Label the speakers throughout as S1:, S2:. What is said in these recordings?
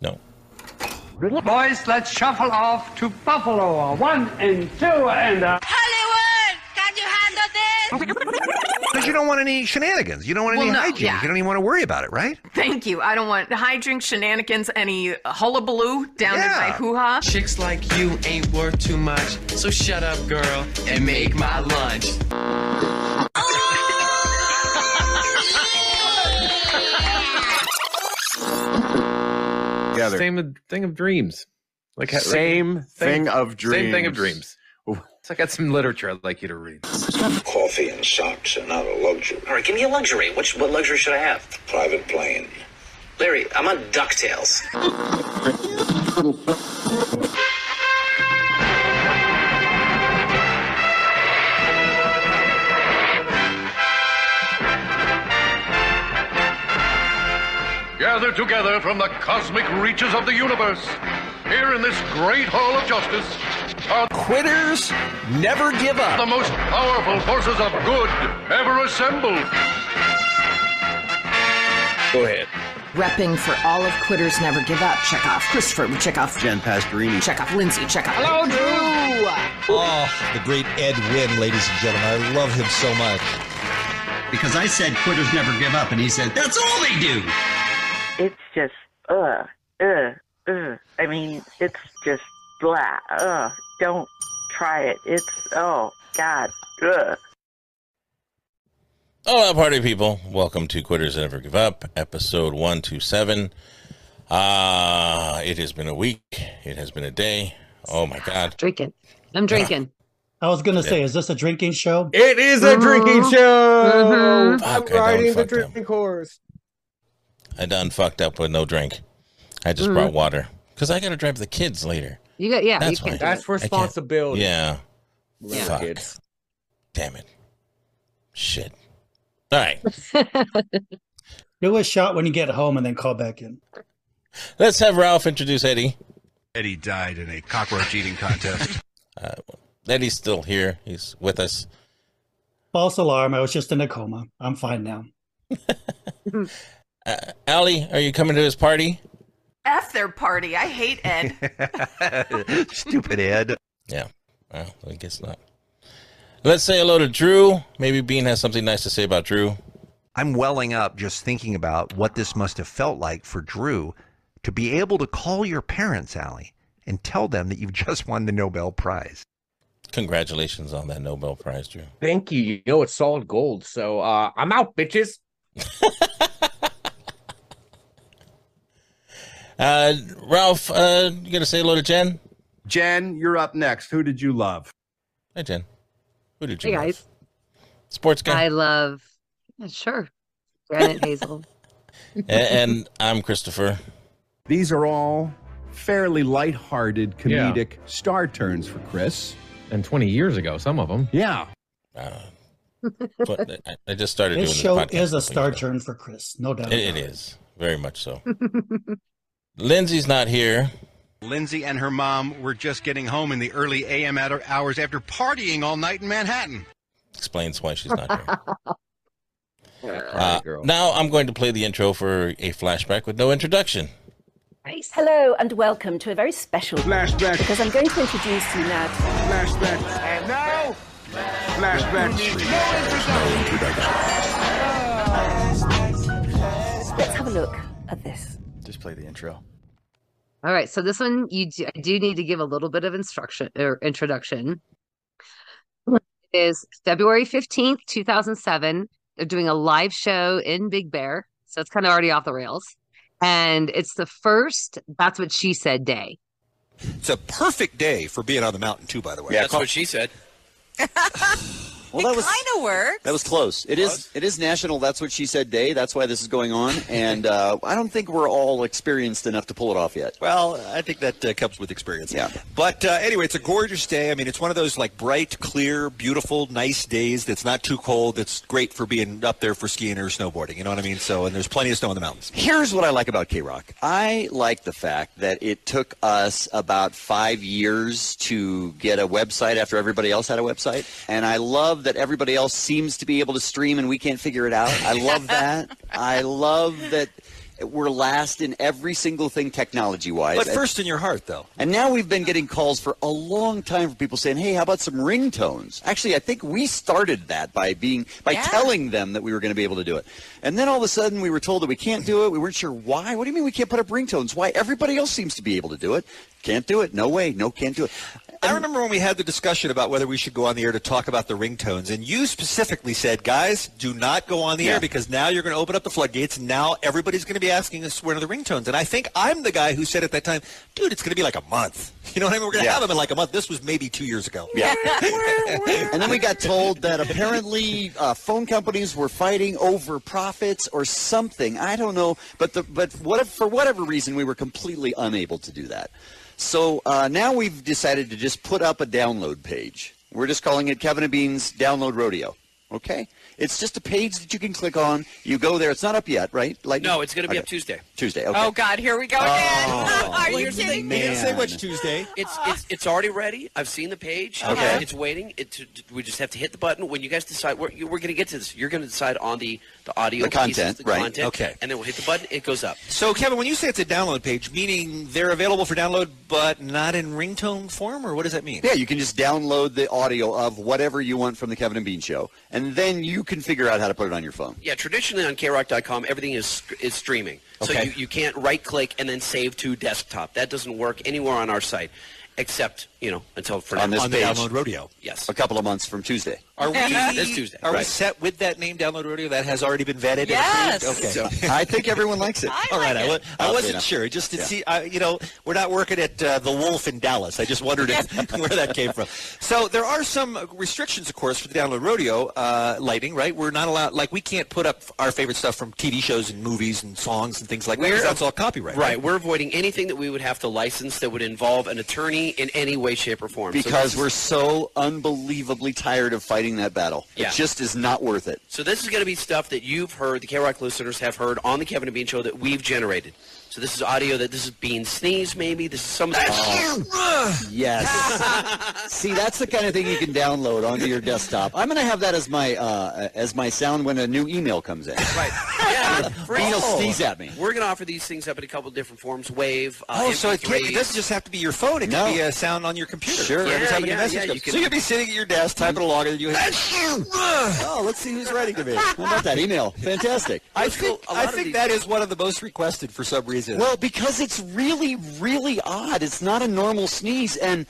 S1: No.
S2: Boys, let's shuffle off to Buffalo. One and two and a.
S3: Hollywood, can you handle this?
S4: Because you don't want any shenanigans. You don't want any
S5: Well, no,
S4: hijinks.
S5: yeah.
S4: You don't even want to worry about it, right?
S5: Thank you. I don't want hijink shenanigans, any hullabaloo down
S4: Yeah.
S5: in my hoo ha.
S6: Chicks like you ain't worth too much, so shut up, girl, and make my lunch.
S7: Together.
S8: Same with- thing of dreams. Like ha- like-
S7: Same thing of dreams.
S8: Same thing of dreams. So I got some literature I'd like you to read.
S9: Coffee and socks are not a luxury.
S10: All right, give me a luxury. Which what luxury should I have?
S9: Private plane.
S10: Larry, I'm on Ducktales.
S11: Gather together from the cosmic reaches of the universe, here in this great hall of justice, are
S7: Quitters never give up.
S11: the most powerful forces of good ever assembled.
S1: Go ahead.
S12: Repping for all of Quitters Never Give Up. Check off Christopher. Check off
S7: Jen Pastorini.
S12: Check off Lindsay. Check off. Hello, Drew.
S1: Oh, the great Ed Wynn, ladies and gentlemen. I love him so much.
S13: Because I said quitters never give up, and he said, that's all they do.
S14: It's just, uh, uh, uh. I mean, it's just blah, uh. Don't try it. It's, oh, God, uh.
S1: Oh, well, party people, welcome to Quitters That Never Give Up, episode 127. Ah, it has been a week. It has been a day. Oh my God.
S15: Drinking. I'm drinking.
S16: I was gonna say, is this a drinking show?
S15: It is a drinking Mhm. show.
S17: Oh,
S15: Mhm.
S1: Fuck, I done fucked up.
S17: horse.
S1: I done fucked up with no drink. I just
S15: Mhm.
S1: brought water because I got to drive the kids later.
S15: You got yeah.
S1: That's
S15: you can't
S1: why.
S15: do
S17: That's
S15: it.
S17: responsibility.
S1: Yeah.
S17: Yeah.
S1: Fuck.
S17: Kids.
S1: Damn it. Shit. All right.
S16: Do a shot when you get home and then call back in.
S1: Let's have Ralph introduce Eddie.
S4: Eddie died in a cockroach eating contest.
S1: Uh, Eddie's still here. He's with us.
S16: False alarm. I was just in a coma. I'm fine now.
S1: Uh, Allie, are you coming to his party?
S5: F their party. I hate Ed.
S1: Stupid Ed. Yeah. Well, I guess not. Let's say hello to Drew. Maybe Bean has something nice to say about Drew.
S4: I'm welling up just thinking about what this must have felt like for Drew to be able to call your parents, Allie, and tell them that you've just won the Nobel Prize.
S1: Congratulations on that Nobel Prize, Drew.
S17: Thank you. You know it's solid gold. So uh, I'm out, bitches.
S1: Uh, Ralph, uh, you gonna say hello to Jen?
S7: Jen, you're up next. Who did you love?
S1: Hi, Jen. Who did
S15: Hey guys.
S1: Sports guy.
S15: I love. yeah, sure. Granite Hazel.
S1: A- and I'm Christopher.
S7: These are all fairly lighthearted
S1: Yeah.
S7: comedic star turns for Chris. And 20 years ago, some of them. Yeah.
S1: Uh, but I, I just started
S16: This show
S1: doing this podcast.
S16: is a star turn for Chris, no doubt.
S1: It- it is very much so. Lindsay's not here.
S18: Lindsay and her mom were just getting home in the early AM at- hours after partying all night in Manhattan.
S1: Explains why she's not here. Uh, now I'm going to play the intro for a flashback with no introduction.
S19: Hello and welcome to a very special flashback because I'm going to introduce you now. Flashback. And now, Let's have a look at this.
S20: Just play the intro.
S15: All right. So this one, you do, I do need to give a little bit of instruction or introduction. It Is February fifteenth, two thousand seven. They're doing a live show in Big Bear, so it's kind of already off the rails. And it's the first. That's what she said day.
S8: It's a perfect day for being on the mountain too. By the way,
S15: Yeah, That's call- what
S8: she said.
S20: Well, that was kind of works. That was close. It is. It is national. That's what she said. Day. That's why this is going on. And uh, I don't think we're all experienced enough to pull it off yet.
S8: Well, I think that uh, comes with experience.
S20: Yeah.
S8: But uh, anyway, it's a gorgeous day. I mean, it's one of those like bright, clear, beautiful, nice days that's not too cold. That's great for being up there for skiing or snowboarding. You know what I mean? So, and there's plenty of snow in the mountains.
S20: Here's what I like about K Rock. I like the fact that it took us about five years to get a website after everybody else had a website. And I love that everybody else seems to be able to stream and we can't figure it out. I love that. I love that We're last in every single thing technology wise.
S8: But first in your heart, though.
S20: And now we've been getting calls for a long time from people saying, "Hey, how about some ringtones?" Actually, I think we started that by being by telling them that we were going to be able to do it. And then all of a sudden, we were told that we can't do it. We weren't sure why. What do you mean we can't put up ringtones? Why everybody else seems to be able to do it? Can't do it. No way. No, can't do it.
S8: I remember when we had the discussion about whether we should go on the air to talk about the ringtones, and you specifically said, "Guys, do not go on the air because now you're going to open up the floodgates. And now everybody's going to be asking us when are the ringtones." And I think I'm the guy who said at that time, "Dude, it's going to be like a month. You know what I mean? We're going to
S20: Yeah.
S8: have them in like a month." This was maybe two years ago.
S20: Yeah. and then we got told that apparently uh, phone companies were fighting over profits or something. I don't know, but the but what if, for whatever reason we were completely unable to do that. So uh, now we've decided to just put up a download page. We're just calling it Kevin and Bean's Download Rodeo. Okay, it's just a page that you can click on. You go there. It's not up yet, right? Like
S10: No, it's going to be up Tuesday.
S20: Tuesday. Okay.
S10: Oh God, here we go again. Are you kidding me?
S20: They didn't say Man. much
S8: Tuesday.
S10: It's it's it's already ready. I've seen the page. Uh,
S20: Okay.
S10: It's waiting. It to, we just have to hit the button. When you guys decide, we're, you- we're going to get to this. You're going to decide on the the audio,
S8: The
S10: pieces,
S8: content,
S10: the
S8: right.
S10: Content,
S8: Okay.
S10: And then we'll hit the button. It goes up.
S8: So, Kevin, when you say it's a download page, meaning they're available for download, but not in ringtone form, or what does that mean?
S20: Yeah, you can just download the audio of whatever you want from the Kevin and Bean show, and then you can figure out how to put it on your phone.
S10: Yeah, traditionally on krock.com, everything is is streaming. So
S20: Okay.
S10: you, you can't right click and then save to desktop. That doesn't work anywhere on our site, except you know until for
S20: on
S10: now.
S20: this page.
S8: Rodeo.
S10: Yes.
S20: A couple of months from Tuesday.
S8: Are we
S10: This Tuesday.
S8: Are we
S20: Right.
S8: set with that name, Download Rodeo? That has already been vetted. and
S20: Yes.
S8: approved? Okay.
S20: So, I think everyone likes it. I
S8: All right.
S20: like
S8: I, wa-
S20: it.
S8: I
S20: Okay,
S8: wasn't
S20: now.
S8: sure. Just to
S20: Yeah.
S8: see, I, you know, we're not working at uh, the Wolf in Dallas. I just wondered if, where that came from. So there are some restrictions, of course, for the Download Rodeo uh, lighting. Right? We're not allowed. Like we can't put up our favorite stuff from TV shows and movies and songs and things like that. 'cause That's all copyright.
S10: Right, we're avoiding anything that we would have to license that would involve an attorney in any way, shape, or form. So
S20: Because
S10: this is-
S20: we're so unbelievably tired of fighting that battle.
S10: Yeah.
S20: It just is not worth it.
S10: So this is going to be stuff that you've heard, the K-Rock listeners have heard on the Kevin and Bean Show that we've generated. So this is audio that this is Bean sneeze, maybe this is some.
S20: Yes. See, that's the kind of thing you can download onto your desktop. I'm going to have that as my uh, as my sound when a new email comes in. Right. Bean will sneeze at me.
S10: We're going to offer these things up in a couple different forms. Wave. Uh,
S8: Oh, so it, can't-
S10: MP3s.
S8: it doesn't just have to be your phone. It
S10: No.
S8: can be a sound on your computer.
S10: Sure.
S8: Every
S10: Yeah,
S8: time a new
S10: yeah,
S8: message
S10: yeah,
S8: comes.
S10: you can-
S8: so you could be sitting at your desk typing along, and you.
S20: oh, let's see who's writing to me. How about that email? Fantastic.
S8: I think I think that is one of the most requested for some reason.
S20: Well, because it's really, really odd. It's not a normal sneeze, and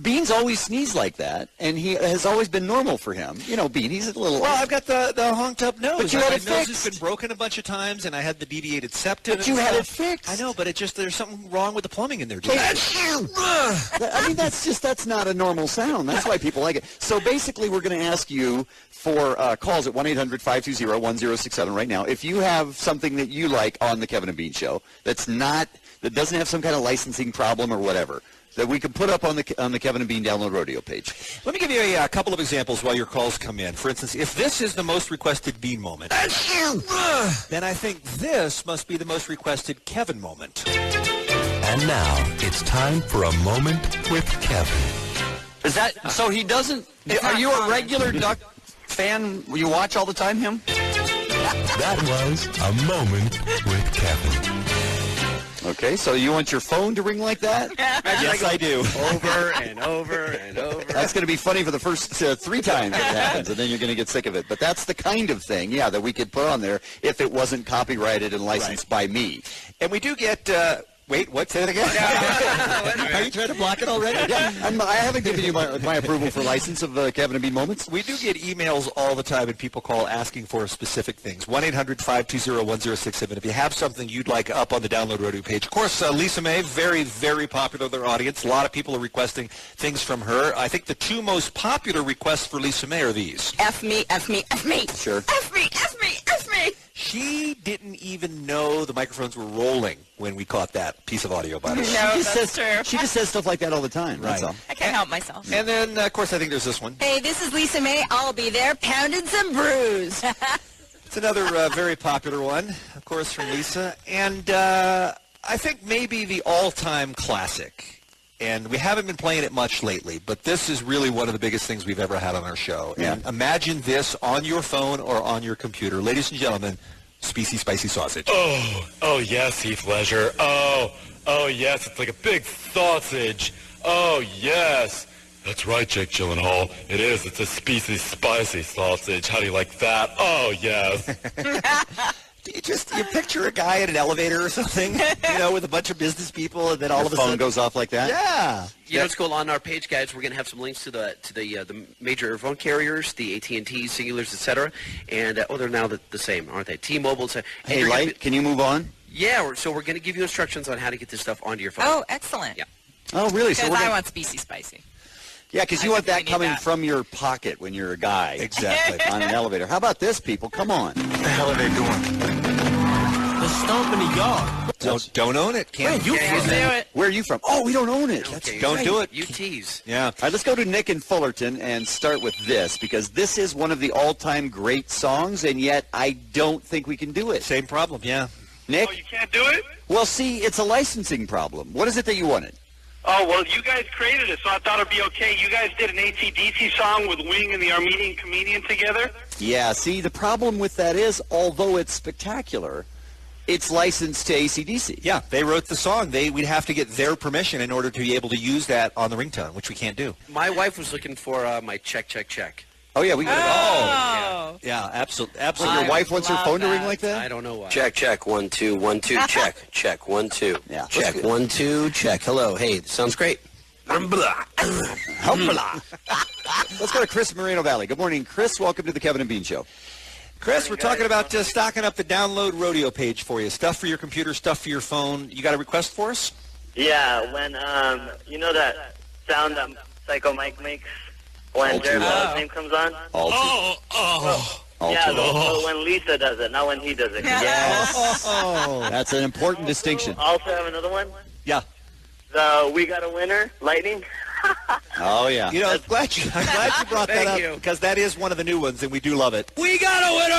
S20: Bean's always sneezed like that, and he has always been normal for him. You know, Bean, he's a little.
S8: Well, I've got the, the honked up nose.
S20: But you
S8: Like,
S20: had it
S8: my nose
S20: fixed.
S8: has been broken a bunch of times, and I had the deviated septum.
S20: But
S8: and
S20: you had it
S8: stuff.
S20: fixed.
S8: I know, but it just there's something wrong with the plumbing in there. Dude.
S20: I mean, that's just that's not a normal sound. That's why people like it. So basically, we're going to ask you for uh, calls at 1-800-520-1067 right now. If you have something that you like on the Kevin and Bean Show that's not that doesn't have some kind of licensing problem or whatever that we could put up on the on the Kevin and Bean Download Rodeo page.
S8: Let me give you a, uh, couple of examples while your calls come in. For instance, if this is the most requested Bean moment, then I think this must be the most requested Kevin moment.
S11: And now it's time for a moment with Kevin.
S20: Is that so? He doesn't. Are you a regular Duck fan? You watch all the time him?
S11: That was a moment with Kevin.
S20: Okay, so you want your phone to ring like that? yes, I do.
S10: Over and over and over.
S20: That's going to be funny for the first uh, three times it happens, and then you're going to get sick of it. But that's the kind of thing, yeah, that we could put on there if it wasn't copyrighted and licensed by me.
S8: And we do get. Uh, wait, what? Say that again. Are you trying to block it already?
S20: yeah, I'm, I haven't given you my, my approval for license of uh, Kevin and Bean moments.
S8: We do get emails all the time and people call asking for specific things. 1-800-520-1067. If you have something you'd like up on the Download Rodeo page. Of course, uh, Lisa May, very, very popular with our audience. A lot of people are requesting things from her. I think the two most popular requests for Lisa May are these.
S21: F me, F me, F me.
S20: Sure.
S21: F me, F me, F me.
S8: She didn't even know the microphones were rolling when we caught that piece of audio, by the way.
S21: No, that's
S20: says,
S21: true.
S20: She just says stuff like that all the time. That's
S8: Right.
S20: all.
S21: I can't help myself.
S8: And then, uh, of course, I think there's this one.
S21: Hey, this is Lisa May. I'll be there pounding some brews.
S8: It's another uh, very popular one, of course, from Lisa. And uh, I think maybe the all-time classic. And we haven't been playing it much lately, but this is really one of the biggest things we've ever had on our show. And imagine this on your phone or on your computer. Ladies and gentlemen, Specy spicy sausage.
S22: Oh, oh yes, Heath Ledger. Oh, oh yes, it's like a big sausage. Oh yes. That's right, Jake Gyllenhaal. It is. It's a species spicy sausage. How do you like that? Oh yes.
S20: You just you picture a guy in an elevator or something, you know, with a bunch of business people, and then all
S10: Your
S20: of a
S10: phone
S20: sudden
S10: goes
S20: off like that. Yeah.
S10: You know, it's cool. On our page, guys, we're going to have some links to the to the uh, the major phone carriers, the AT and T, Singulars, etc. And uh, oh, they're now the, the same, aren't they? T-Mobile. Hey,
S20: Hey, light, can you move on?
S10: Yeah. We're, so we're going to give you instructions on how to get this stuff onto your phone.
S21: Oh, excellent.
S10: Yeah.
S20: Oh, really? So
S21: Because
S20: we're
S21: I
S20: gonna,
S21: want species spicy.
S20: yeah, because you want that coming
S21: that.
S20: from your pocket when you're a guy. Exactly. on an elevator. How about this, people? Come on. What the hell are they doing?
S11: The stomp in the yard.
S8: Don't, don't own it. Can't,
S20: Wait, you
S8: can't
S20: can't do it. Where are you from? Oh, we don't own it. That's
S8: Don't
S20: right.
S8: do it.
S10: You tease.
S20: Yeah. All right, let's go to Nick and Fullerton and start with this because this is one of the all-time great songs, and yet I don't think we can do it. Same problem, yeah. Nick? Oh, you
S14: can't do it?
S20: Well, see, it's a licensing problem. What is it that you wanted?
S14: Oh, well, you guys created it, so I thought it'd be okay. You guys did an ACDC song with Wing and the Armenian comedian together.
S20: Yeah, see, the problem with that is, although it's spectacular, it's licensed to ACDC.
S8: Yeah, they wrote the song. They we'd have to get their permission in order to be able to use that on the ringtone, which we can't do.
S10: My wife was looking for uh, my check, check, check.
S20: Oh yeah, we got
S10: Oh.
S20: Yeah, absolutely.
S10: absolute- Your I wife wants her love phone to ring that. like that? I don't know why.
S14: Check, check, one, two, one, two, check, check, one, two. Yeah. Check, one, two, check. Hello, hey, sounds great.
S20: Hoppala. Let's go to Chris Moreno Valley. Good morning, Chris. Welcome to the Kevin and Bean Show.
S8: Chris, we're talking about uh, stocking up the download rodeo page for you. Stuff for your computer, stuff for your phone. You got a request for us?
S14: Yeah, when, um, you know that sound that Psycho Mike makes when
S8: All too
S14: Jerry
S8: loud.
S14: Law's name comes on?
S8: All too-
S14: oh, oh.
S20: All
S14: yeah,
S20: too
S14: the-
S20: loud.
S14: the- when Lisa does it, not when he does it.
S20: Yes. That's an important distinction.
S14: Also have another one.
S20: Yeah.
S14: The We Got a Winner, Lightning.
S20: Oh yeah.
S8: You know, I'm glad you, I'm glad you brought that
S14: Thank
S8: up
S14: you.
S8: because that is one of the new ones, and we do love it.
S14: We got a winner!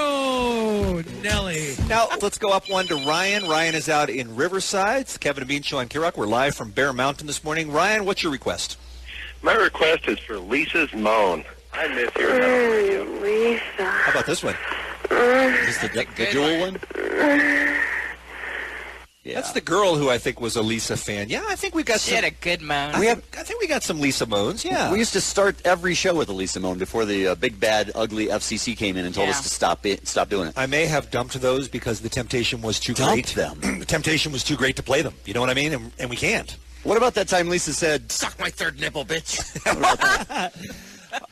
S8: Oh, Nelly. Now, let's go up one to Ryan. Ryan is out in Riverside. It's Kevin and Bean Show on Kirok. We're live from Bear Mountain this morning. Ryan, what's your request?
S14: My request is for Lisa's moan. I miss her. Lisa.
S8: How about this one?
S14: Is
S20: the, the dual one?
S8: That's the girl who I think was a Lisa fan.
S20: Oh,
S8: Yeah, I think we've got
S21: She
S8: some.
S21: had a good moan.
S8: I, think, I think we got some Lisa Moans. Yeah.
S20: We used to start every show with Elisa Moan before the uh, big bad ugly FCC came in and told
S8: Yeah.
S20: us to stop it, stop doing it.
S8: I may have dumped those because the temptation was too
S20: Dumped
S8: great. Them. the temptation was too great to play them. You know what I mean? And, and we can't.
S20: What about that time Lisa said,
S8: "Suck my third nipple, bitch"?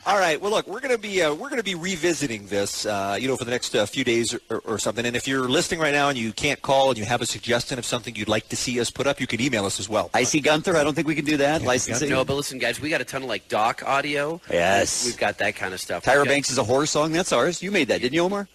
S8: All right. Well, look, we're gonna be uh, we're gonna be revisiting this, uh, you know, for the next uh, few days or, or something. And if you're listening right now and you can't call and you have a suggestion of something you'd like to see us put up, you can email us as well.
S20: I see Gunther. I don't think we can do that. Licensing.
S10: No, but listen, guys, we got a ton of like doc audio.
S20: Yes.
S10: We've got that kind of stuff.
S20: Tyra
S10: We've got-
S20: Banks is a horror song. That's ours. You made that, didn't you, Omar?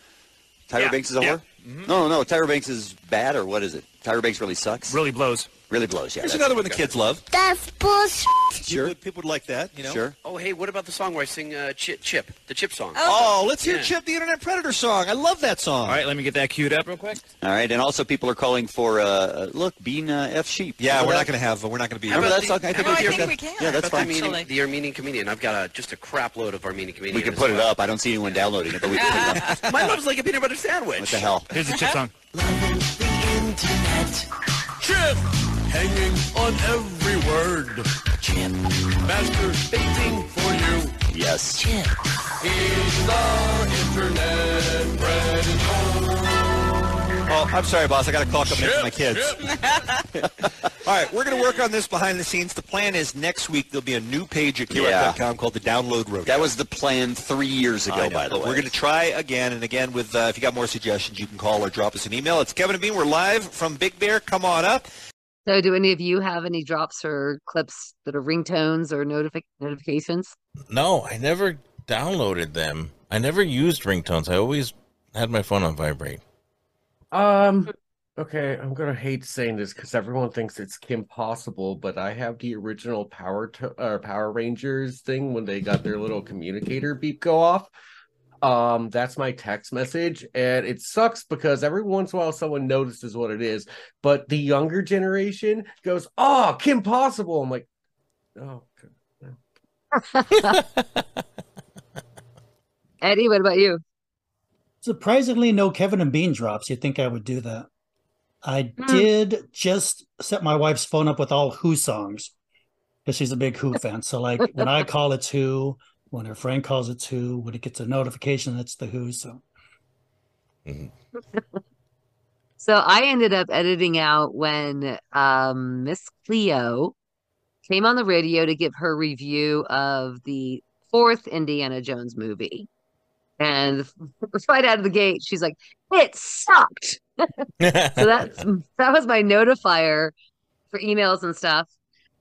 S20: Tyra
S10: Yeah.
S20: Banks is a
S10: Yeah.
S20: whore. No, no. Tyra Banks is bad, or what is it? Tyra Banks really sucks. Really blows. Really blows. Yeah.
S8: Here's
S20: that's-
S8: another one the kids love.
S14: That's bullshit.
S8: Sure. People would like that. You know.
S20: Sure.
S10: Oh, hey, what about the song where I sing uh, Chip, Chip, the Chip song?
S8: Oh, let's hear
S10: Yeah.
S8: Chip the Internet Predator song. I love that song. All right, let me get that queued up real quick.
S20: All right, and also people are calling for uh, look, bean uh, f sheep.
S8: Yeah,
S20: Remember
S8: we're
S20: that?
S8: not going to have. We're not going to be.
S20: Remember that song?
S10: I
S20: think,
S10: No,
S20: we,
S10: I
S20: can.
S10: think
S20: that.
S10: we can.
S20: Yeah, that's
S10: About
S20: fine.
S10: The Armenian, the Armenian comedian. I've got a, just a crap load of Armenian comedians.
S20: We can put it up. I don't see anyone downloading it, but we can put it up.
S10: My love's like a peanut butter sandwich.
S20: What the hell?
S10: Here's the Chip song.
S11: Internet. Chip hanging on every word. Chip masturbating for you.
S20: Yes.
S11: Chip. He's the internet predator.
S8: Oh, I'm sorry, boss. I got to call up next to my kids. All right, we're going to work on this behind the scenes. The plan is next week there'll be a new page at
S20: Yeah.
S8: KROC.com called the Download Road.
S20: That was the plan three years ago, by the way.
S8: We're going to try again and again with, uh, if you got more suggestions, you can call or drop us an email. It's Kevin and Bean. We're live from Big Bear. Come on up.
S15: So, do any of you have any drops or clips that are ringtones or notifi- notifications?
S1: No, I never downloaded them. I never used ringtones. I always had my phone on vibrate.
S17: Um, okay, I'm gonna hate saying this because everyone thinks it's Kim Possible, but I have the original Power to- uh, Power Rangers thing when they got their little communicator beep go off. Um, that's my text message, and it sucks because every once in a while someone notices what it is, but the younger generation goes, "Oh, Kim Possible." I'm like, "Oh,
S15: Eddie, what about you?
S16: Surprisingly, no Kevin and Bean drops. You'd think I would do that. I
S15: Hmm.
S16: did just set my wife's phone up with all Who songs because she's a big Who fan. So, like, when I call, it's Who. When her friend calls, it's Who. When it gets a notification, it's the Who. So,
S17: Mm-hmm.
S15: So I ended up editing out when um, Miss Cleo came on the radio to give her review of the fourth Indiana Jones movie. And right out of the gate, she's like, it sucked. so that's that was my notifier for emails and stuff.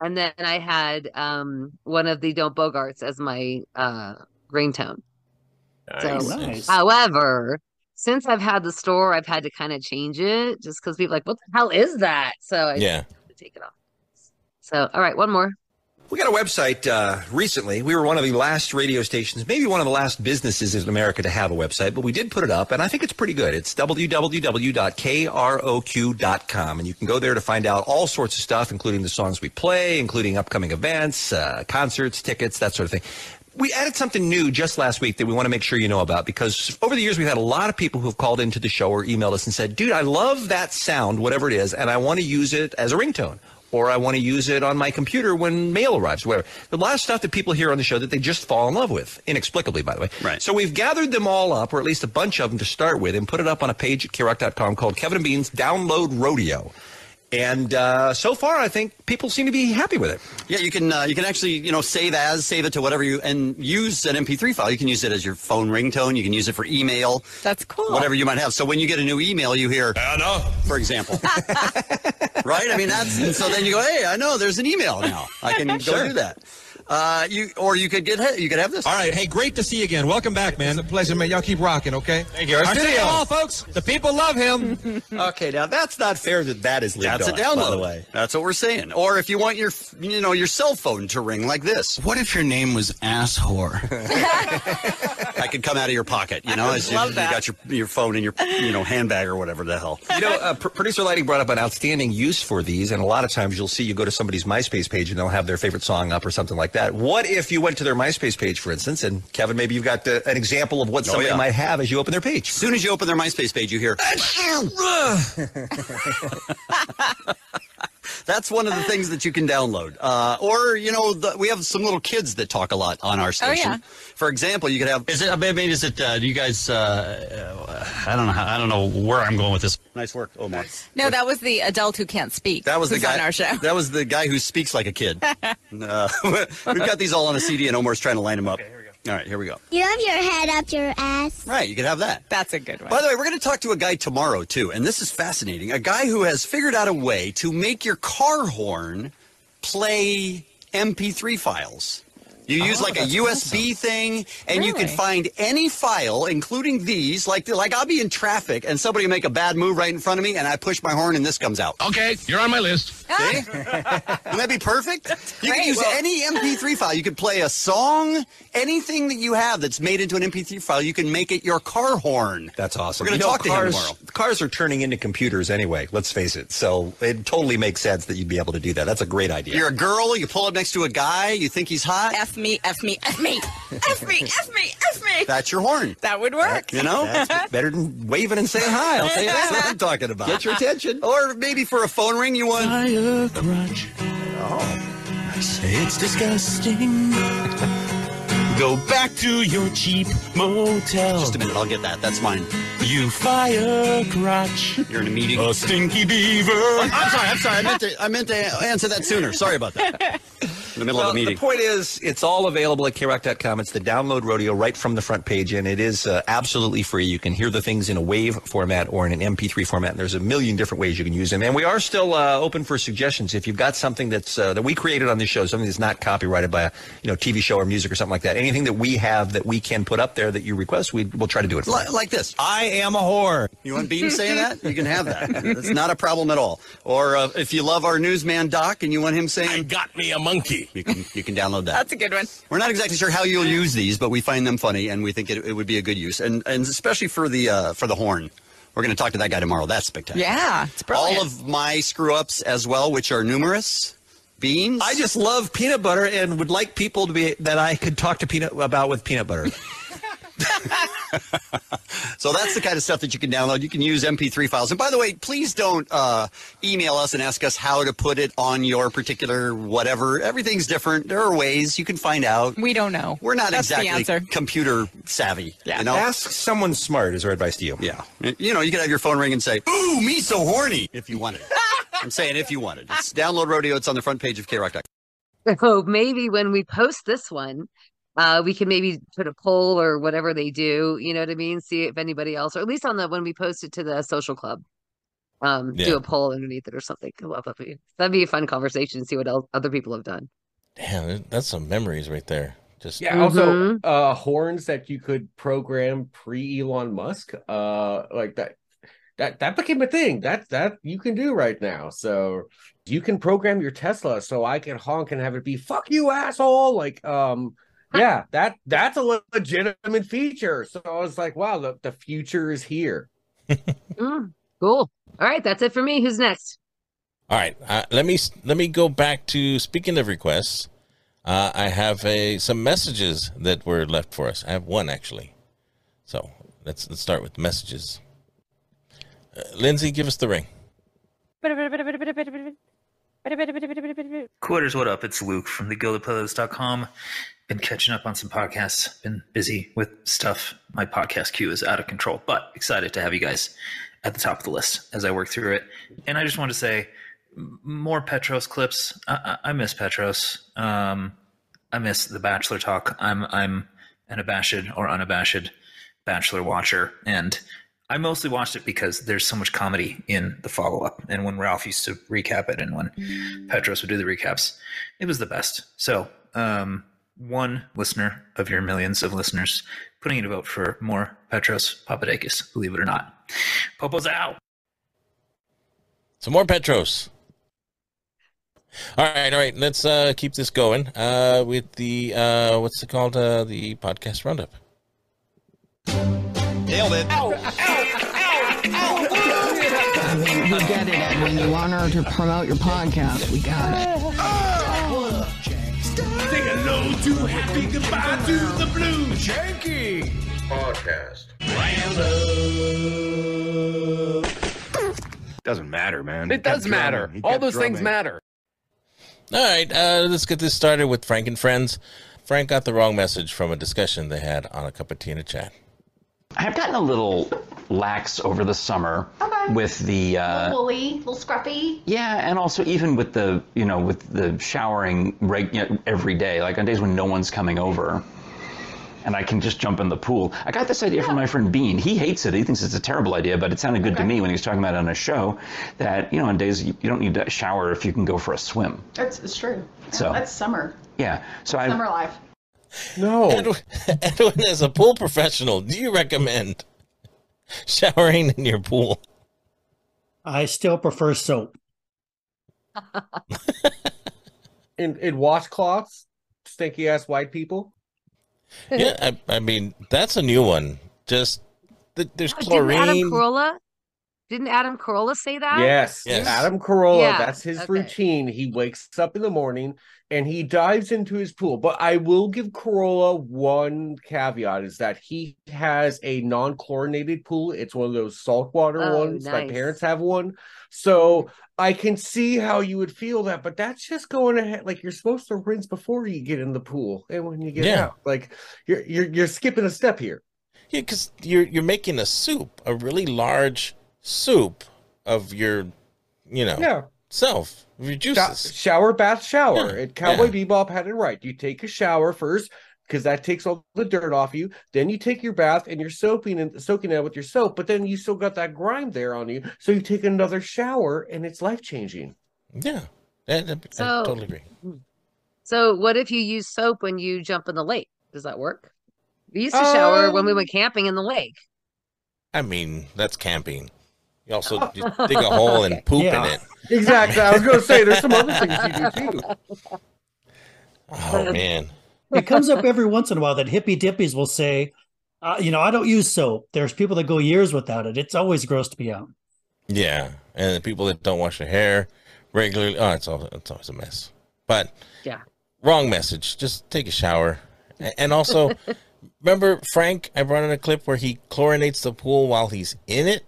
S15: And then I had um, one of the Don't Bogarts as my uh, ringtone. So,
S20: Nice.
S15: however, since I've had the store, I've had to kind of change it just because people are like, what the hell is that? So I
S8: Yeah.
S15: take it off. So, all right, one more.
S8: We got a website uh, recently. We were one of the last radio stations, maybe one of the last businesses in America to have a website, but we did put it up, and I think it's pretty good. It's www.kroq.com, and you can go there to find out all sorts of stuff, including the songs we play, including upcoming events, uh, concerts, tickets, that sort of thing we added something new just last week that we want to make sure you know about because over the years we've had a lot of people who have called into the show or emailed us and said, "Dude, I love that sound, whatever it is, and I want to use it as a ringtone." Or I want to use it on my computer when mail arrives, whatever. There's a lot of stuff that people hear on the show that they just fall in love with, inexplicably, by the way. Right. So we've gathered them all up, or at least a bunch of them to start with, and put it up on a page at KROC.com called Kevin and Bean's Download Rodeo. And uh, so far, I think people seem to be happy with it.
S20: Yeah, you can uh, you can actually you know save as save it to whatever you and use an MP3 file. You can use it as your phone ringtone. You can use it for email.
S21: That's cool.
S20: Whatever you might have. So when you get a new email, you hear Anna, for example. right? I mean, that's so then you go, hey, I know there's an email now. I can go
S10: Sure.
S20: do that. Uh, you or you could get you could have this.
S10: All right, hey, great to see you again. Welcome back, man. It's a pleasure, man. Y'all keep rocking, okay? Thank you. Arsenio
S20: Arsenio.
S10: Hall, folks. The people love him.
S20: okay, now that's not fair that that is lived That's
S10: on,
S20: a
S10: by
S20: download.
S10: the way.
S20: That's what we're saying. Or if you want your you know your cell phone to ring like this.
S10: What if your name was ass whore?
S20: I could come out of your pocket, you know, as you,
S10: love
S20: you
S10: that.
S20: got your your phone in your you know handbag or whatever the hell.
S8: You know, uh, pr- producer Lighting brought up an outstanding use for these, and a lot of times you'll see you go to somebody's MySpace page and they'll have their favorite song up or something like that. What if you went to their MySpace page, for instance, and Kevin, maybe you've got uh, an example of what
S20: Oh,
S8: somebody
S20: yeah.
S8: might have as you open their page.
S20: As soon as you open their MySpace page, you hear. That's one of the things that you can download. Uh, or, you know, the, we have some little kids that talk a lot on our
S21: Oh, yeah.
S20: station. For example, you could have. Is it, I mean, is it, uh, do you guys, uh, I don't know, I don't know where I'm going with this. Nice work, Omar.
S21: No, that was the adult who can't speak.
S20: That was the
S21: who's
S20: guy
S21: on our show.
S20: That was the guy who speaks like a kid. uh, we've got these all on a CD, and Omar's trying to line them up. All right, here we go.
S11: You have your head up your ass.
S20: Right, you could have that.
S21: That's a good one.
S20: By the way, we're going to talk to a guy tomorrow, too, and this is fascinating. A guy who has figured out a way to make your car horn play MP3 files. You use
S10: Oh,
S20: like a
S10: that's
S20: USB thing, and you can
S10: Really?
S20: find any file, including these. Like, like I'll be in traffic, and somebody make a bad move right in front of me, and I push my horn, and this comes out. Okay, you're on my list. Wouldn't that be perfect? You can
S21: great.
S20: use
S21: Well-
S20: any MP3 file. You could play a song, anything that you have that's made into an MP3 file. You can make it your car horn.
S8: That's awesome.
S20: We're going
S8: You
S20: to
S8: know,
S20: talk to him
S8: cars,
S20: tomorrow.
S8: Cars are turning into computers anyway, let's face it. So it totally makes sense that you'd be able to do that. That's a great idea.
S20: You're a girl. You pull up next to a guy. You think he's hot.
S21: F me, F me, F me, F me, F me, F me.
S20: That's your horn.
S21: That would work.
S20: You know,
S21: That's
S20: better than waving and saying hi.
S8: I'll tell you that.
S20: I'm talking about.
S8: Get your
S20: attention. Or maybe for a phone ring, you want. Fire crutch. Oh,
S22: It's disgusting. Go back to your cheap motel.
S20: just a minute. I'll get that. That's mine.
S22: You fire crotch.
S20: You're in a meeting.
S22: A stinky beaver.
S20: I'm sorry. I'm sorry. I meant to. I meant to answer that sooner. Sorry about that. In the middle
S8: Well,
S20: of a meeting.
S8: The point is, it's all available at krock.com. It's the download rodeo right from the front page, and it is uh, absolutely free. You can hear the things in a wave format or in an MP3 format. And there's a million different ways you can use them. And we are still uh, open for suggestions. If you've got something that's uh, that we created on this show, something that's not copyrighted by a you know TV show or music or something like that, anything that we have that we can put up there that you request, we will try to do it. For
S20: Li- like this. I am a whore. You want Beam saying that? You can have that. It's not a problem at all. Or uh, if you love our newsman Doc and you want him saying, "I got me a monkey," you can you can download that.
S21: a good one.
S20: We're not exactly sure how you'll use these, but we find them funny and we think it, it would be a good use, and and especially for the uh, for the horn. We're going to talk to that guy tomorrow. That's spectacular.
S21: Yeah, it's brilliant.
S20: All of my screw ups as well, which are numerous. Beans.
S8: I just love peanut butter and would like people to be that I could talk to peanut about with peanut butter.
S10: So that's the kind of stuff that you can download. You can use MP3 files. And by the way, please don't uh, email us and ask us how to put it on your particular whatever. Everything's different. There are ways you can find out.
S5: We don't know.
S10: We're not
S5: That's the
S10: exactly
S5: answer.
S10: computer savvy.
S5: Yeah.
S10: You know?
S5: Ask
S10: someone smart is our advice to you. Yeah. You know, you can have your phone ring and say, "Ooh, me so horny," if you wanted. I'm saying if you wanted. It's download rodeo. It's on the front page of krock.com.
S15: So maybe when we post this one, uh, we can maybe put a poll or whatever they do. You know what I mean? See if anybody else, or at least on the when we post it to the social club, um, do
S1: Yeah.
S15: a poll underneath it or something. Come up with me. That'd be a fun conversation. See what else other people have done.
S1: Damn, that's some memories right there. Just
S17: Yeah. Also, uh, horns that you could program pre Elon Musk, uh, like that. That that became a thing. That that you can do right now. So you can program your Tesla so I can honk and have it be "fuck you, asshole." Like, um, yeah, that that's a le- legitimate feature. So I was like, wow, the, the future is here.
S15: Mm, cool. All right, that's it for me. Who's next?
S1: All right, uh, let me let me go back to speaking of requests. Uh, I have a some messages that were left for us. I have one actually, so let's let's start with messages. Uh, Lindsay, give us the ring.
S23: Quarters, what up? It's Luke from thegildedpillows.com. Been catching up on some podcasts, been busy with stuff. My podcast queue is out of control, but excited to have you guys at the top of the list as I work through it. And I just want to say m- more Petros clips. I, I, I miss Petros. Um, I miss the Bachelor talk. I'm I'm an abashed or unabashed Bachelor watcher, and I mostly watched it because there's so much comedy in the follow up. And when Ralph used to recap it, and when Petros would do the recaps, it was the best. So, um, one listener of your millions of listeners putting in a vote for more Petros Papadakis, believe it or not. Popo's out.
S1: Some more Petros. All right, all right. Let's uh, keep this going uh, with the uh, what's it called? Uh, the podcast roundup.
S20: Nailed it.
S24: We get it, Edwin. You want her to promote your podcast. We got it.
S11: Say hello to happy goodbye to the blue janky podcast.
S25: Doesn't matter, man.
S1: It does matter. All those things matter. All right, uh, let's get this started with Frank and friends. Frank got the wrong message from a discussion they had on a cup of tea in a chat.
S26: I have gotten a little lax over the summer with the uh,
S27: woolly, little scruffy.
S26: yeah, and also even with the you know with the showering reg- you know, every day, like on days when no one's coming over, and I can just jump in the pool. I got this idea from my friend Bean. He hates it. He thinks it's a terrible idea, but it sounded good to me when he was talking about it on a show that you know on days you, you don't need to shower if you can go for a swim.
S27: That's it's true.
S26: So-
S27: that's summer.
S26: Yeah, so I
S27: Summer life.
S1: No. Edwin, Edwin, as a pool professional, do you recommend showering in your pool?
S16: I still prefer soap.
S17: In in washcloths, stinky ass white people.
S1: Yeah, I, I mean, that's a new one. Just, th- there's
S15: Oh, Didn't Adam
S1: chlorine.
S15: Carolla? Didn't Adam Carolla say that?
S17: Yes, Adam Carolla.
S15: Yeah,
S17: That's his
S15: okay.
S17: routine. He wakes up in the morning and he dives into his pool. But I will give Carolla one caveat: is that he has a non-chlorinated pool. It's one of those saltwater
S14: Oh,
S17: ones. My
S14: nice.
S17: parents have one, so I can see how you would feel that. But that's just going ahead. Like you're supposed to rinse before you get in the pool and when you get
S1: Yeah.
S17: out. Like you're you're you're skipping a step here.
S1: Yeah, because you're you're making a soup, a really large soup of your, you know,
S17: Yeah.
S1: self, of your
S17: Sho-
S1: juices.
S17: shower, bath, shower.
S1: Yeah,
S17: And Cowboy
S1: yeah.
S17: Bebop had it right. You take a shower first because that takes all the dirt off you. Then you take your bath and you're soaping and soaking it with your soap, but then you still got that grime there on you. So you take another shower and it's life changing.
S1: Yeah. I,
S15: So- totally
S1: agree.
S15: So what if you use soap when you jump in the lake? Does that work? We used to shower when we went camping in the lake.
S1: I mean, that's camping. You also d- dig a hole and poop in
S17: Yeah.
S1: it.
S17: Exactly. I was going to say there's some other things you do too.
S1: Oh man.
S16: It comes up every once in a while that hippy dippies will say, uh, you know, I don't use soap. There's people that go years without it. It's always gross to be out.
S1: Yeah, and the people that don't wash their hair regularly. Oh, it's all it's always a mess. But
S15: Yeah.
S1: wrong message. Just take a shower, A- and also remember Frank? I brought in a clip where he chlorinates the pool while he's in it.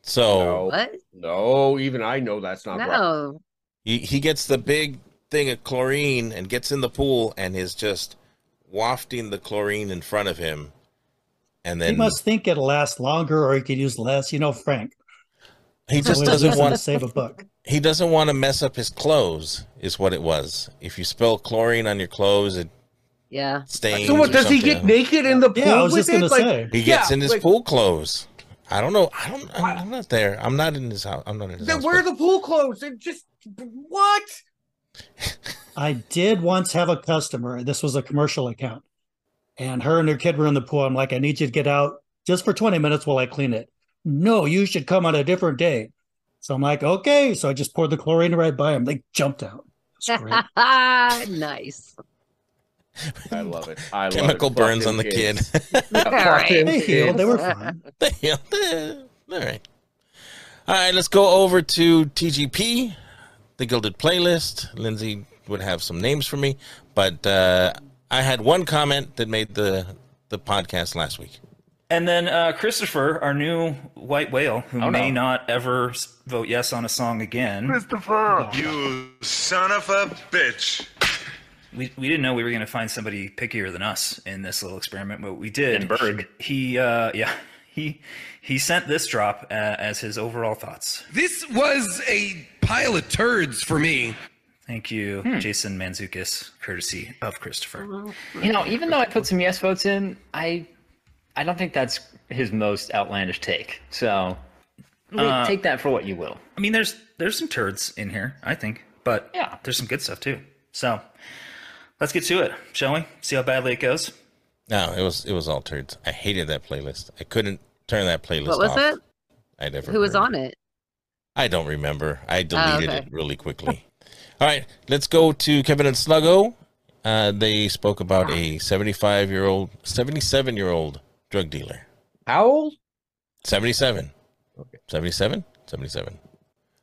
S1: So
S15: What?
S1: no, even I know that's not
S15: No.
S1: He he gets the big thing of chlorine and gets in the pool and is just wafting the chlorine in front of him, and
S16: He
S1: then
S16: must think it'll last longer, or he could use less. You know, Frank.
S1: He just
S16: Always
S1: doesn't
S16: looking
S1: want-
S16: to save a buck.
S1: he doesn't want to mess up his clothes. Is what it was. If you spill chlorine on your clothes, it
S15: Yeah.
S1: stains.
S17: So what
S1: or
S17: does he get
S1: something.
S17: naked in the pool? with it? Like-
S1: he gets
S17: yeah,
S1: in his
S17: like,
S1: pool clothes. I don't know. I don't. I'm, I'm not there. I'm not in his house. I'm not in his
S17: Then
S1: house.
S17: where are the pool clothes? They're just what?
S16: I did once have a customer. This was a commercial account, and her and her kid were in the pool. I'm like, I need you to get out just for 20 minutes while I clean it. No, you should come on a different day. So I'm like, okay. So I just poured the chlorine right by him. They jumped out.
S15: nice.
S17: I love it. I love it.
S1: Chemical
S17: Fuck
S1: burns
S17: them
S1: on the
S17: kids.
S1: kid.
S17: Yeah, fuck them
S16: They healed.
S17: kids.
S16: They were fine.
S1: They healed. All right. All right. Let's go over to TGP, the Gilded Playlist. Lindsay would have some names for me, but uh, I had one comment that made the the podcast last week.
S23: And then uh, Christopher, our new white whale, who
S1: Oh, no.
S23: may not ever s- vote yes on a song again.
S11: Christopher! You son of a bitch.
S23: We, we didn't know we were going to find somebody pickier than us in this little experiment, but we did. And Berg. He, uh, yeah, he he sent this drop uh, as his overall thoughts.
S28: This was a pile of turds for me.
S23: Thank you, Jason Manzukis, courtesy of Christopher.
S21: You know, even though I put some yes votes in, I I don't think that's his most outlandish take. So we
S23: Uh,
S21: take that for what you will.
S23: I mean, there's there's some turds in here, I think, but yeah, there's some good stuff too. So let's get to it, shall we? See how badly it goes.
S1: No, it was it was all turds. I hated that playlist. I couldn't turn that playlist.
S15: What was
S1: off.
S15: it?
S1: I never.
S15: Who was
S1: heard
S15: on it?
S1: I don't remember. I deleted
S15: okay.
S1: it really quickly. All right, let's go to Kevin and Sluggo. Uh, they spoke about a 75 year old, 77 year old drug dealer.
S17: How old?
S1: 77. 77? 77.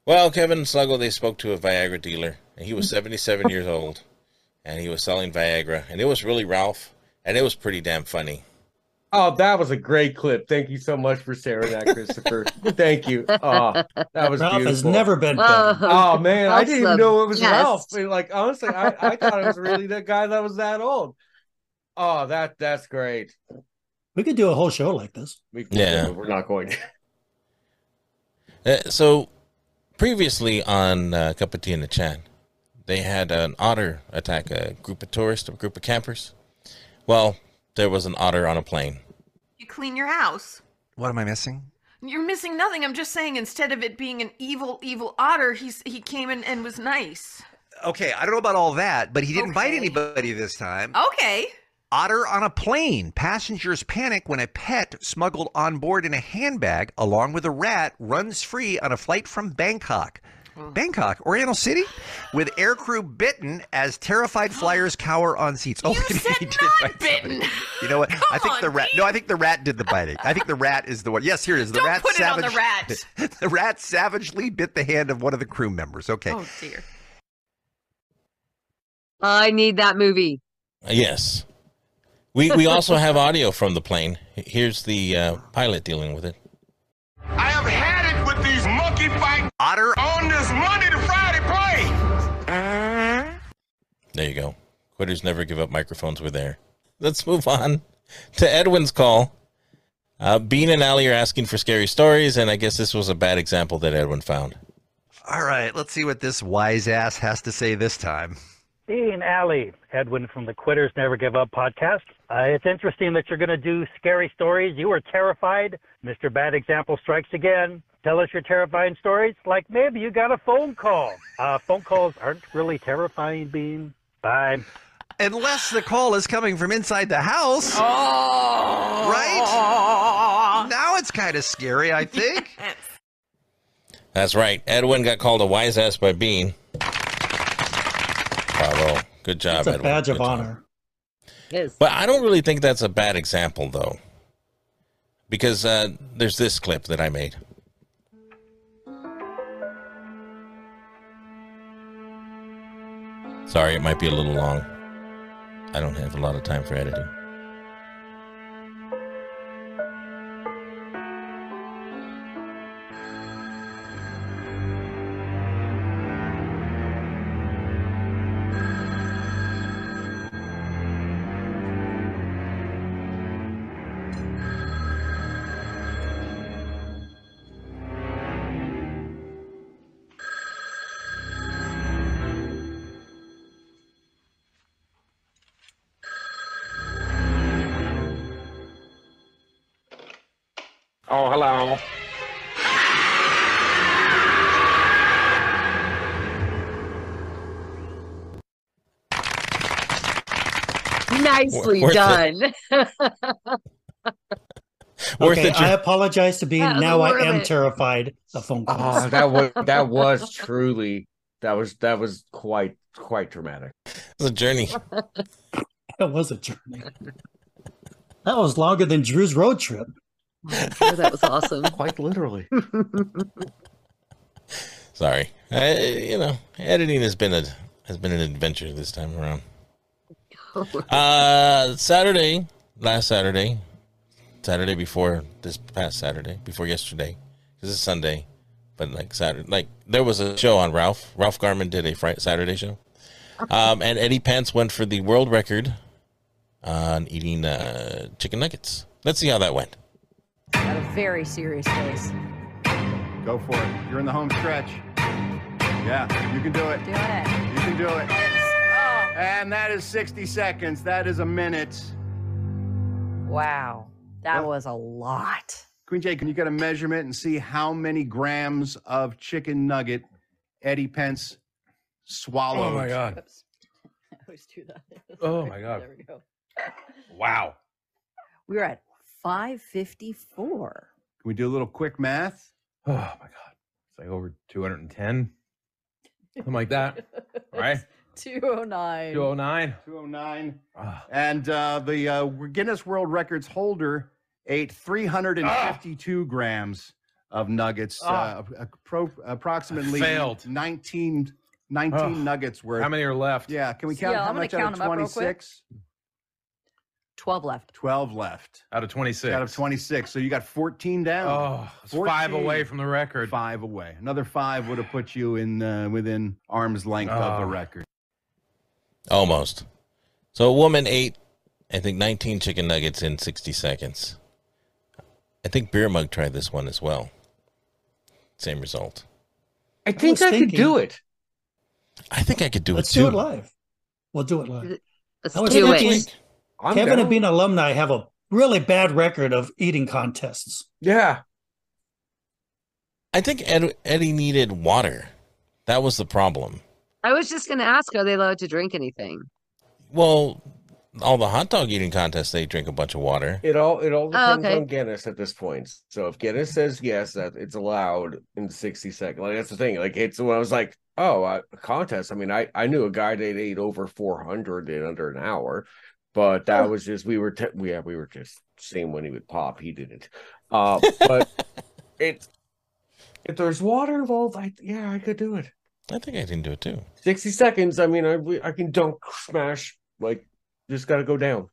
S1: Well, Kevin and Sluggo, they spoke to a Viagra dealer, and he was
S15: Mm-hmm.
S1: 77 years old, and he was selling Viagra, and it was really Ralph, and it was pretty damn funny.
S17: Oh, that was a great clip. Thank you so much for sharing that, Christopher. Thank you. Oh, that was
S16: Ralph
S17: beautiful.
S16: has never been better.
S17: Oh man, I
S16: Ralph's
S17: didn't even
S16: the
S17: know it was
S16: best.
S17: Ralph. I mean, Like honestly, I, I thought it was really that guy that was that old. Oh, that that's great.
S16: We could do a whole show like this.
S17: We,
S1: Yeah.
S17: we're not going to.
S1: Uh, so previously on uh, Cup of Tea in the Chat, they had an otter attack a group of tourists, a group of campers. Well, there was an otter on a plane.
S5: You clean your house.
S29: What am I missing?
S5: You're missing nothing. I'm just saying instead of it being an evil, evil otter, he's he came in and was nice.
S8: Okay, I don't know about all that, but he didn't bite anybody this time.
S5: Okay.
S8: Otter on a plane. Passengers panic when a pet smuggled on board in a handbag along with a rat runs free on a flight from Bangkok. Bangkok, Oriental City, with aircrew bitten as terrified flyers cower on seats. Oh, maybe he did bite somebody. You know what? I think the rat. No, I think the rat did the biting. I think the rat is the one. Yes, here it is. The
S5: Don't
S8: rat
S5: put it on
S8: savage.
S5: the
S8: rat. the rat savagely bit the hand of one of the crew members. Okay.
S5: Oh dear.
S15: I need that movie.
S1: Uh, Yes. We, we also have audio from the plane. H- Here's the uh, pilot dealing with it.
S11: I have had it with these monkey fight otter on this Monday to Friday plane.
S1: There you go. Quitters never give up microphones. We're there. Let's move on to Edwin's call. Uh, Bean and Allie are asking for scary stories, and I guess this was a bad example that Edwin found.
S8: All right, let's see what this wise ass has to say this time.
S30: Dean Alley, Edwin from the Quitters Never Give Up podcast. Uh, it's interesting that you're going to do scary stories. You were terrified. Mr. Bad Example strikes again. Tell us your terrifying stories. Like maybe you got a phone call. Uh, phone calls aren't really terrifying, Bean. Bye.
S8: Unless the call is coming from inside the house.
S30: Right?
S8: Now it's kind of scary, I think.
S1: That's right. Edwin got called a wise ass by Bean. Bravo. Good job,
S16: It's a
S1: Edwin.
S16: badge of
S1: Good job.
S16: honor.
S1: But I don't really think that's a bad example, though, because uh, there's this clip that I made. Sorry, it might be a little long. I don't have a lot of time for editing.
S22: Oh, hello.
S15: Nicely
S16: Worth it.
S15: done.
S16: Okay,
S15: it,
S16: I
S15: Jer-
S16: apologize to Bean.
S15: That was
S16: now
S15: worth
S16: I am
S15: it.
S16: terrified of phone calls.
S17: Oh, that was that was truly that was that was quite quite dramatic.
S1: It was a journey.
S16: That was a journey. That was longer than Drew's road trip.
S15: that was awesome.
S17: Quite literally.
S1: Sorry, I, you know, editing has been a has been an adventure this time around. Uh, Saturday, last Saturday, Saturday before this past Saturday, before yesterday, because it's Sunday, but like Saturday, like there was a show on Ralph. Ralph Garman did a Friday, Saturday show, um, and Eddie Pence went for the world record on eating uh, chicken nuggets. Let's see how that went.
S3: Got a very serious face.
S7: Go for it. You're in the home stretch. Yeah, you can do it. Do it. You can do it.
S3: Oh.
S7: And that is 60 seconds. That is a minute.
S3: Wow. That was a lot.
S7: Queen Jay, can you get a measurement and see how many grams of chicken nugget Eddie Pence swallowed?
S31: Oh my God.
S3: I always do that.
S31: Oh my God.
S3: There we go.
S7: Wow.
S3: We were at 554.
S7: Can we do a little quick math?
S31: Oh my god, it's like over 210, something like that. All right,
S3: 209.
S31: 209.
S7: 209.
S31: Ah.
S7: And uh, the uh, Guinness World Records holder ate 352 grams of nuggets,
S31: Ah.
S7: uh, appro- approximately
S31: Failed. Ah.
S7: 19, 19
S31: Ugh.
S7: nuggets worth.
S31: How many are left?
S7: Yeah, can we count
S3: Yeah,
S7: how
S3: I'm gonna
S7: much out
S3: count
S7: of
S3: 'em up real quick.
S7: 26?
S3: 12 left.
S7: 12 left.
S31: Out of 26.
S7: Out of 26. So you got 14 down.
S31: Oh, it's five away from the record.
S7: Five away. Another five would have put you in uh, within arm's length of the
S31: Oh.
S7: record.
S1: Almost. So a woman ate, I think, 19 chicken nuggets in 60 seconds. I think Beer Mug tried this one as well. Same result.
S17: I think I, could do it.
S1: I think I could do
S16: Let's
S1: it too.
S16: do it live. We'll do it live.
S15: Let's
S16: I was
S15: do
S16: thinking
S15: it.
S16: Kevin and Bean alumni have a really bad record of eating contests.
S17: Yeah.
S1: I think Ed, Eddie needed water. That was the problem.
S15: I was just going to ask, are they allowed to drink anything?
S1: Well, all the hot dog eating contests, they drink a bunch of water.
S17: It all it all
S15: Oh,
S17: depends
S15: okay.
S17: on Guinness at this point. So if Guinness says yes, that it's allowed in sixty seconds. Like that's the thing. Like it's when I was like, oh, uh, contest. I mean, I I knew a guy that ate over four hundred in under an hour, but
S15: Oh.
S17: that was just we were te- we yeah, we were just seeing when he would pop. He didn't. Uh, but it if there's water involved, I yeah, I could do it.
S1: I think I can do it too.
S17: Sixty seconds. I mean, I we- I can dunk, smash. Like just got to go down.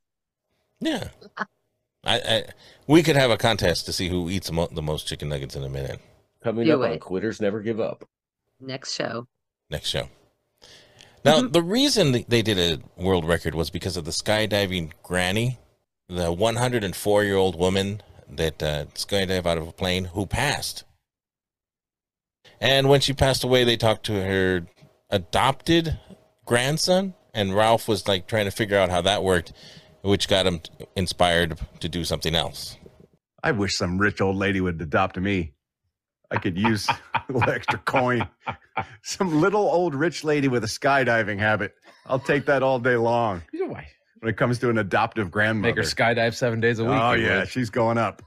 S1: Yeah. I, I we could have a contest to see who eats mo- the most chicken nuggets in a minute.
S17: Coming
S1: Do
S17: up on
S1: it.
S17: quitters never give up.
S15: Next show.
S1: next show. Now, the reason th- they did a world record was because of the skydiving granny, the 104 year old woman that uh, skydived out of a plane who passed. And when she passed away, they talked to her adopted grandson, and Ralph was like trying to figure out how that worked, which got him t- inspired to do something else.
S7: I wish some rich old lady would adopt me. I could use a little extra coin. Some little old rich lady with a skydiving habit. I'll take that all day long. When it comes to an adoptive grandmother,
S31: Make her skydive seven days a week.
S7: Oh
S31: it
S7: yeah,
S31: would.
S7: she's going up.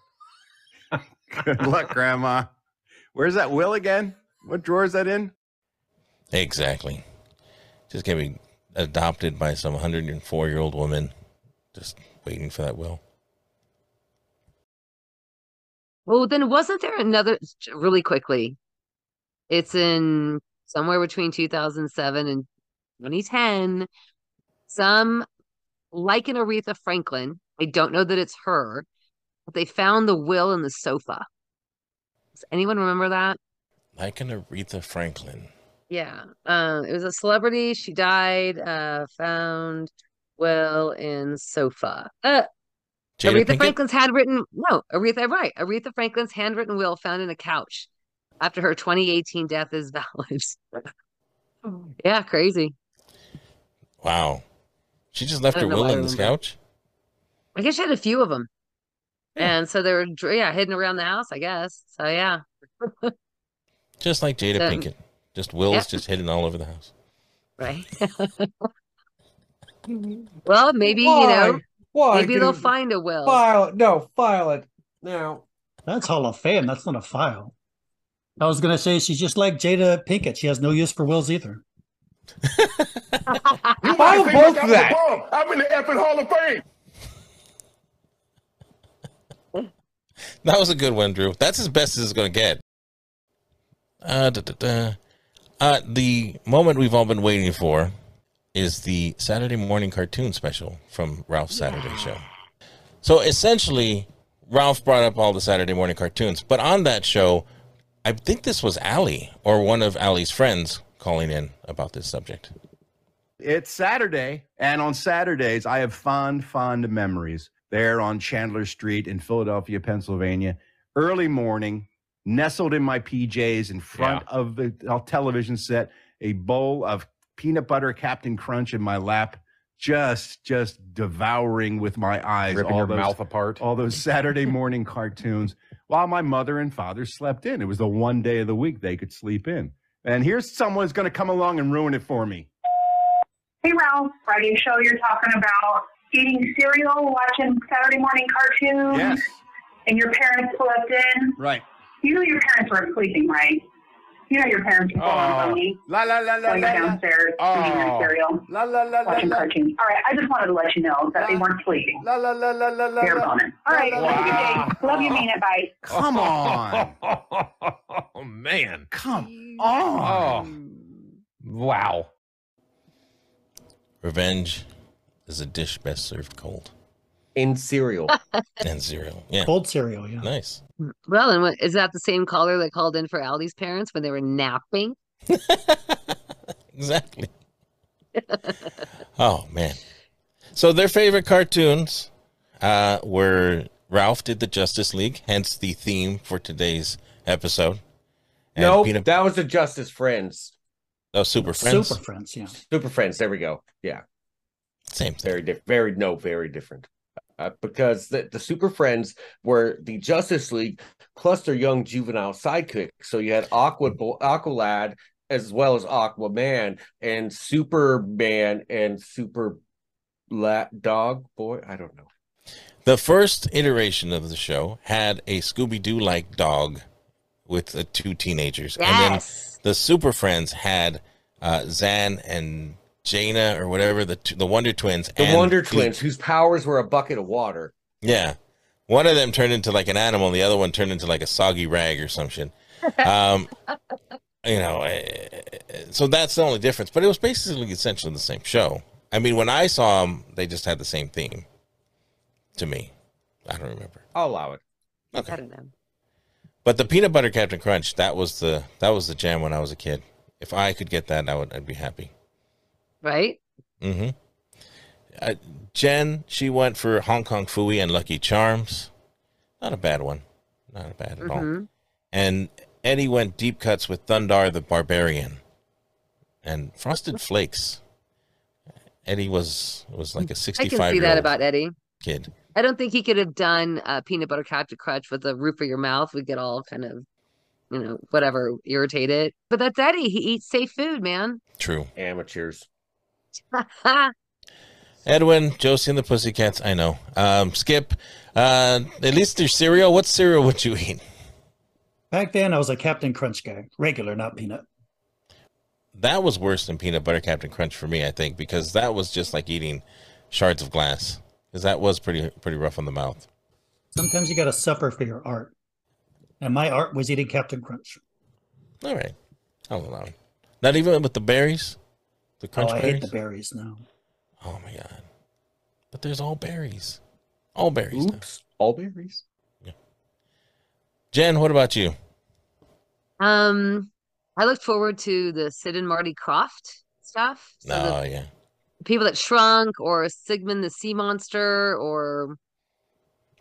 S7: Good luck, Grandma. Where's that will again? What drawer is that in?
S1: Exactly. Just getting adopted by some 104 year old woman, just waiting for that will.
S15: Well, then wasn't there another really quickly? It's in somewhere between 2007 and 2010. Some like an Aretha Franklin. I don't know that it's her, but they found the will in the sofa. Does anyone remember that?
S1: Like an Aretha Franklin.
S15: Yeah. Uh, it was a celebrity. She died, uh, found will in sofa. Uh,
S1: Jada
S15: Aretha
S1: Pinkett?
S15: Franklin's handwritten no, Aretha right. Aretha Franklin's handwritten will found in a couch after her 2018 death is valid. yeah, crazy.
S1: Wow. She just left
S15: I
S1: her
S15: don't know
S1: will
S15: why I
S1: on this
S15: remember.
S1: couch?
S15: I guess she had a few of them. And so they were, dr- yeah, hidden around the house, I guess. So yeah,
S1: Just like Jada
S15: So-
S1: Pinkett. Just Will's
S15: Yeah.
S1: just hidden all over the house.
S15: right. well, maybe you know,
S16: Why? Why
S15: maybe they'll
S16: do-
S15: find a will.
S16: File it. No, file it now. That's Hall of Fame. That's not a file. I was gonna say she's just like Jada Pinkett. She has no use for wills either.
S11: You might
S16: File
S11: think
S16: both
S11: I'm
S16: that.
S11: the bomb. I'm in the effing Hall of Fame.
S1: That was a good one, Drew. That's as best as it's going to get. Uh, da, da, da. Uh, the moment we've all been waiting for is the Saturday morning cartoon special from Ralph's Saturday Show. So essentially, Ralph brought up all the Saturday morning cartoons, but on that show, I think this was Allie or one of Allie's friends calling in about this subject.
S7: It's Saturday, and on Saturdays, I have fond, fond memories there on Chandler Street in Philadelphia, Pennsylvania. Early morning, nestled in my PJs in front of the uh, television set, a bowl of peanut butter Captain Crunch in my lap, just just devouring with my eyes,
S31: Ripping
S7: all
S31: your
S7: those,
S31: mouth apart.
S7: all those Saturday morning cartoons, while my mother and father slept in. It was the one day of the week they could sleep in. And here's someone who's going to come along and ruin it for me.
S22: Hey Ralph, radio show you're talking about eating cereal, watching Saturday morning cartoons,
S7: Yes.
S22: and your parents slept in.
S7: Right.
S22: You know your parents were sleeping, right? You know your parents were
S7: Oh.
S22: on me.
S7: La la la la
S22: While
S7: la,
S22: you're
S7: la.
S22: downstairs eating
S7: Oh.
S22: your cereal,
S7: la, la, la,
S22: watching
S7: la.
S22: cartoons. All right, I just wanted to let you know that they weren't sleeping.
S7: La la la la la la.
S22: Fair bonus. All right, have a good day. Love you, mean it. Bye.
S7: Come on.
S31: Oh man.
S7: Come
S16: Oh.
S7: on.
S31: Wow.
S1: Revenge is a dish best served cold
S17: in cereal.
S1: and cereal. Yeah.
S16: Cold cereal, yeah.
S1: Nice.
S15: Well, and what, is that the same caller that called in for Allie's parents when they were napping?
S1: exactly. Oh man. So their favorite cartoons uh, were Ralph did the Justice League, hence the theme for today's episode.
S17: No,
S1: Peanut-
S17: that was the Justice Friends.
S1: oh, Super Friends.
S16: Super friends, yeah.
S17: Super Friends. There we go. Yeah.
S1: Same.
S17: Very different. Very no. Very different. Uh, because the, the Super Friends were the Justice League plus their young juvenile sidekick. So you had Aqua Aqualad as well as Aquaman and Superman and Super La- Dog Boy. I don't know.
S1: The first iteration of the show had a Scooby Doo like dog with the two teenagers. And then the Super Friends had uh, Zan and Jaina or whatever, the, t- the Wonder Twins.
S17: The
S1: and
S17: Wonder
S1: Goop.
S17: Twins, whose powers were a bucket of water.
S1: Yeah. One of them turned into like an animal, the other one turned into like a soggy rag or some shit. Um, you know, eh, so that's the only difference. But it was basically essentially the same show. I mean, when I saw them, they just had the same theme to me. I don't remember.
S17: I'll allow it.
S1: Okay.
S15: I don't know.
S1: But the peanut butter Captain Crunch, that was the that was the jam when I was a kid. If I could get that, I would I'd be happy.
S15: Right?
S1: Mm-hmm. Uh, Jen, she went for Hong Kong Fooey and Lucky Charms. Not a bad one. Not bad at all.
S15: Mhm.
S1: And Eddie went deep cuts with Thundar the Barbarian and Frosted Flakes. Eddie was was like a
S15: I can
S1: sixty-five
S15: see
S1: year
S15: that
S1: old
S15: about Eddie.
S1: kid.
S15: I don't think he could have done uh, peanut butter captain crunch with the roof of your mouth. We get all kind of, you know, whatever, irritated. But that's Eddie. He eats safe food, man.
S1: True.
S17: Amateurs.
S1: Edwin, Josie and the Pussycats, I know. Um, Skip, uh, at least there's cereal. What cereal would you eat?
S16: Back then, I was a Captain Crunch guy, regular, not peanut.
S1: That was worse than peanut butter Captain Crunch for me, I think, because that was just like eating shards of glass. Because that was pretty pretty rough on the mouth.
S16: Sometimes you got to suffer for your art, and my art was eating Captain Crunch.
S1: All right, I'll allow it. Not even with the berries, the crunch
S16: oh, I
S1: berries.
S16: hate the berries now.
S1: Oh my god! But there's all berries, all berries. now.
S17: Oops, all berries.
S1: Jen, what about you?
S15: Um, I looked forward to the Sid and Marty Croft stuff. So the
S1: Oh yeah,
S15: people that shrunk or Sigmund the Sea Monster or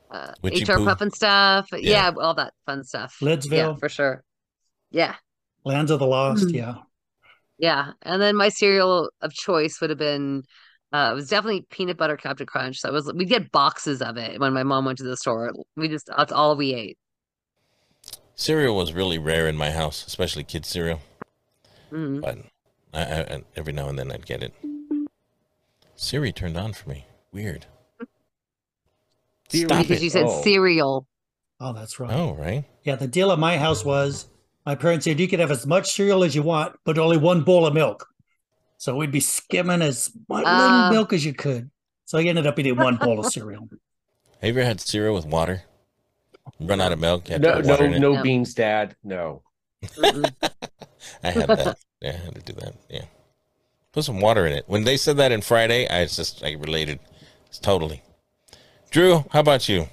S15: uh,
S1: Witchy
S15: HR
S1: Poo.
S15: Puffin stuff.
S16: Yeah.
S15: Yeah. all that fun stuff. Yeah,
S16: Lidsville.
S15: for sure. Yeah.
S16: Lands of the Lost,
S15: Mhm.
S16: yeah.
S15: Yeah. And then my cereal of choice would have been Uh, it was definitely peanut butter Captain Crunch. So it was we get boxes of it when my mom went to the store. We just that's all we ate.
S1: Cereal was really rare in my house, especially kids cereal.
S15: Mhm.
S1: But I, I, I, every now and then I'd get it. Siri turned on for me. Weird. Stop
S15: because
S1: it.
S15: you said
S1: Oh.
S15: cereal.
S16: Oh, that's right.
S1: Oh, right.
S16: Yeah, the deal at my house was my parents said you could have as much cereal as you want, but only one bowl of milk. So we'd be skimming as much
S15: Ah.
S16: little milk as you could. So I ended up eating one bowl of cereal.
S1: Have you ever had cereal with water? Run out of milk? had to
S17: No,
S1: put water
S17: no,
S1: in it?
S17: no beans, Dad. No.
S1: I had that. Yeah, I had to do that. Yeah. Put some water in it. When they said that in Friday, I just, I related. It's totally. Drew, how about you?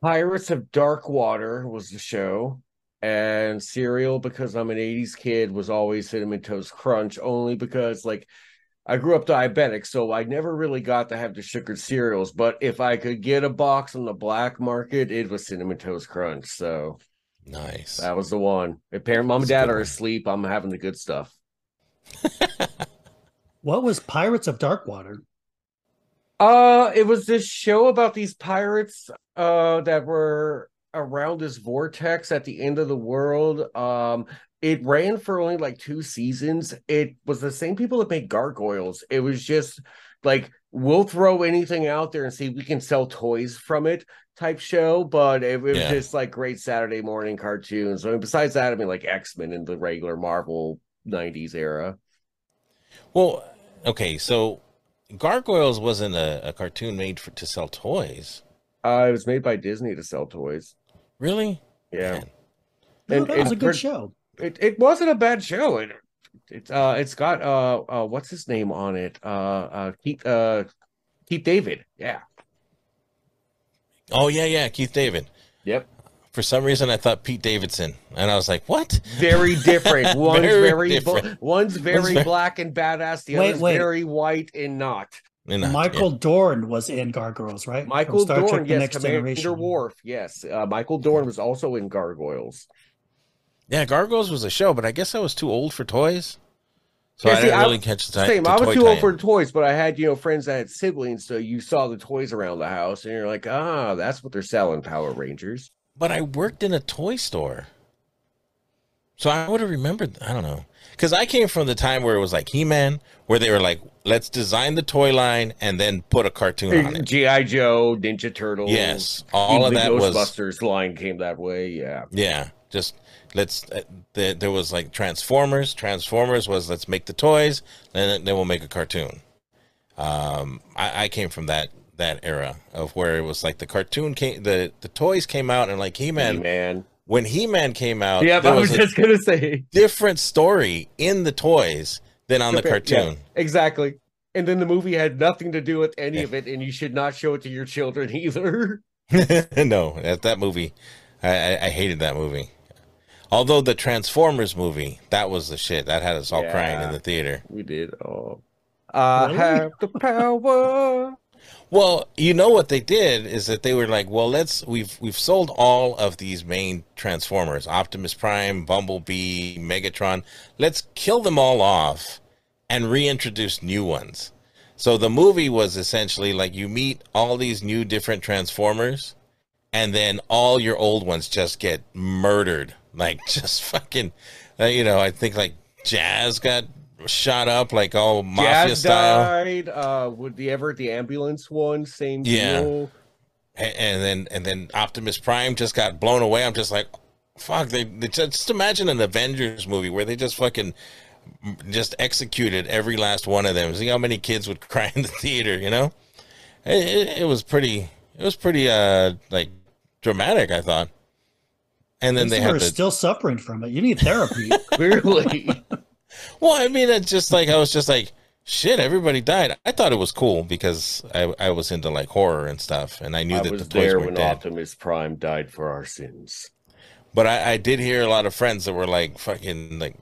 S17: Pirates of Dark Water was the show, and cereal because I'm an '80s kid was always Cinnamon Toast Crunch. Only because like I grew up diabetic, so I never really got to have the sugared cereals. But if I could get a box on the black market, it was Cinnamon Toast Crunch. So
S1: nice.
S17: That was the one. If parent, mom, and dad are asleep, I'm having the good stuff.
S16: What was Pirates of Darkwater?
S17: Uh, it was this show about these pirates uh that were around this vortex at the end of the world. Um, it ran for only like two seasons. It was the same people that made gargoyles. It was just like we'll throw anything out there and see if we can sell toys from it type show. But it, was
S10: Yeah.
S17: just like great Saturday morning cartoons. I mean, besides that, I mean like X Men and the regular Marvel '90s era.
S1: Well, okay, so Gargoyles wasn't a, a cartoon made for, to sell toys.
S17: Uh, it was made by Disney to sell toys.
S1: Really?
S17: Yeah.
S16: No, that was a good
S17: per-
S16: show.
S17: It it wasn't a bad show. It it's uh it's got uh uh what's his name on it? Uh uh Keith uh Keith David. Yeah.
S1: Oh yeah, yeah, Keith David.
S17: Yep.
S1: For some reason, I thought Pete Davidson, and I was like, "What?"
S17: Very different. One's very, bu- one's very
S1: ve-
S17: black and badass, the
S16: Wait,
S17: other's
S16: wait.
S17: very white and not.
S16: Michael Dorn was in Gargoyles, right? From
S17: Michael
S16: Star Trek:
S17: Dorn,
S16: The
S17: yes,
S16: Next
S17: Commander
S16: Generation.
S17: Worf, yes. Uh, Michael Dorn was also in Gargoyles.
S1: Yeah, Gargoyles was a show, but I guess I was too old for toys, so
S17: Yeah,
S1: I
S17: see,
S1: didn't
S17: I-
S1: really catch the time.
S17: Same.
S1: the
S17: I was
S1: toy
S17: too old
S1: tie-in.
S17: for toys, but I had you know friends that had siblings, so you saw the toys around the house, and you're like, ah, that's what they're selling, Power Rangers.
S1: But I worked in a toy store. So I would have remembered. I don't know, because I came from the time where it was like He-Man, where they were like, "Let's design the toy line and then put a cartoon on it."
S17: GI Joe, Ninja Turtles.
S1: Yes, all
S17: even
S1: of that
S17: the
S1: was-
S17: Ghostbusters line came that way. Yeah.
S1: Yeah, just let's. Uh, there, there was like Transformers. Transformers was let's make the toys, and then we'll make a cartoon. Um, I, I came from that that era of where it was like the cartoon came, the the toys came out, and like He Man. When He Man came out,
S17: Yep,
S1: there
S17: I was
S1: a
S17: just gonna say.
S1: different story in the toys than on the
S17: Compare- yeah,
S1: cartoon.
S17: exactly. And then the movie had nothing to do with any of it, and you should not show it to your children either.
S1: no, that, that movie, I, I, I hated that movie. Although the Transformers movie, that was the shit. That had us all crying in
S17: Yeah,
S1: the theater.
S17: We did. Oh, I have the power.
S1: Well, you know what they did is that they were like, well, let's we've we've sold all of these main Transformers, Optimus Prime, Bumblebee, Megatron. Let's kill them all off and reintroduce new ones. So the movie was essentially like you meet all these new different Transformers and then all your old ones just get murdered. Like just fucking uh, you know, I think like Jazz got shot up like all mafia
S17: Jazz
S1: style.
S17: died. Uh, would the ever the ambulance one? Same
S1: Yeah.
S17: deal.
S1: A- and, then and then Optimus Prime just got blown away. I'm just like, fuck. They, they just, just imagine an Avengers movie where they just fucking just executed every last one of them. See how many kids would cry in the theater, you know? It, it, it was pretty. It was pretty uh like dramatic. I thought. And then
S16: These
S1: they
S16: people
S1: had
S16: are
S1: the
S16: still suffering from it. You need therapy.
S17: Clearly.
S1: Well, I mean, it's just like I was just like, shit, everybody died. I thought it was cool because I I was into like horror and stuff, and I knew
S17: I
S1: that
S17: was
S1: the toys
S17: there
S1: were
S17: when
S1: dead.
S17: Optimus Prime died for our sins.
S1: But I, I did hear a lot of friends that were like fucking like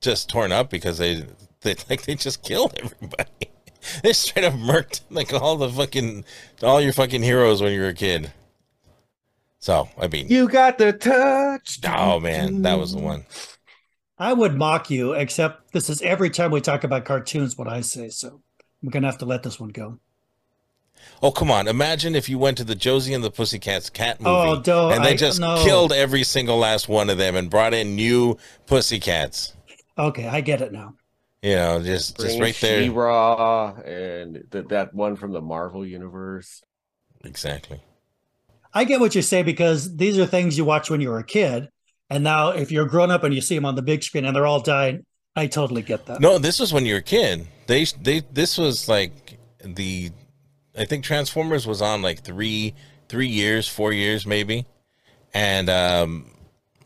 S1: just torn up because they they like they just killed everybody. they straight up murked like all the fucking all your fucking heroes when you were a kid. So I mean,
S17: You got the touch.
S1: oh man, that was the one.
S16: I would mock you, except this is every time we talk about cartoons what I say. So We're gonna have to let this one go.
S1: Oh, come on. Imagine if you went to the Josie and the Pussycats cat movie
S16: Oh, don't-
S1: and they
S16: I-
S1: just
S16: no.
S1: killed every single last one of them and brought in new pussycats.
S16: Okay, I get it now.
S1: You know, just just
S17: Bring
S1: right there.
S17: She-Ra and th- that one from the Marvel universe.
S1: Exactly.
S16: I get what you say because these are things you watch when you were a kid, and now if you're grown up and you see them on the big screen and they're all dying, I totally get that.
S1: No, this was when you were a kid. They they this was like the I think Transformers was on like 3 3 years, 4 years maybe. And um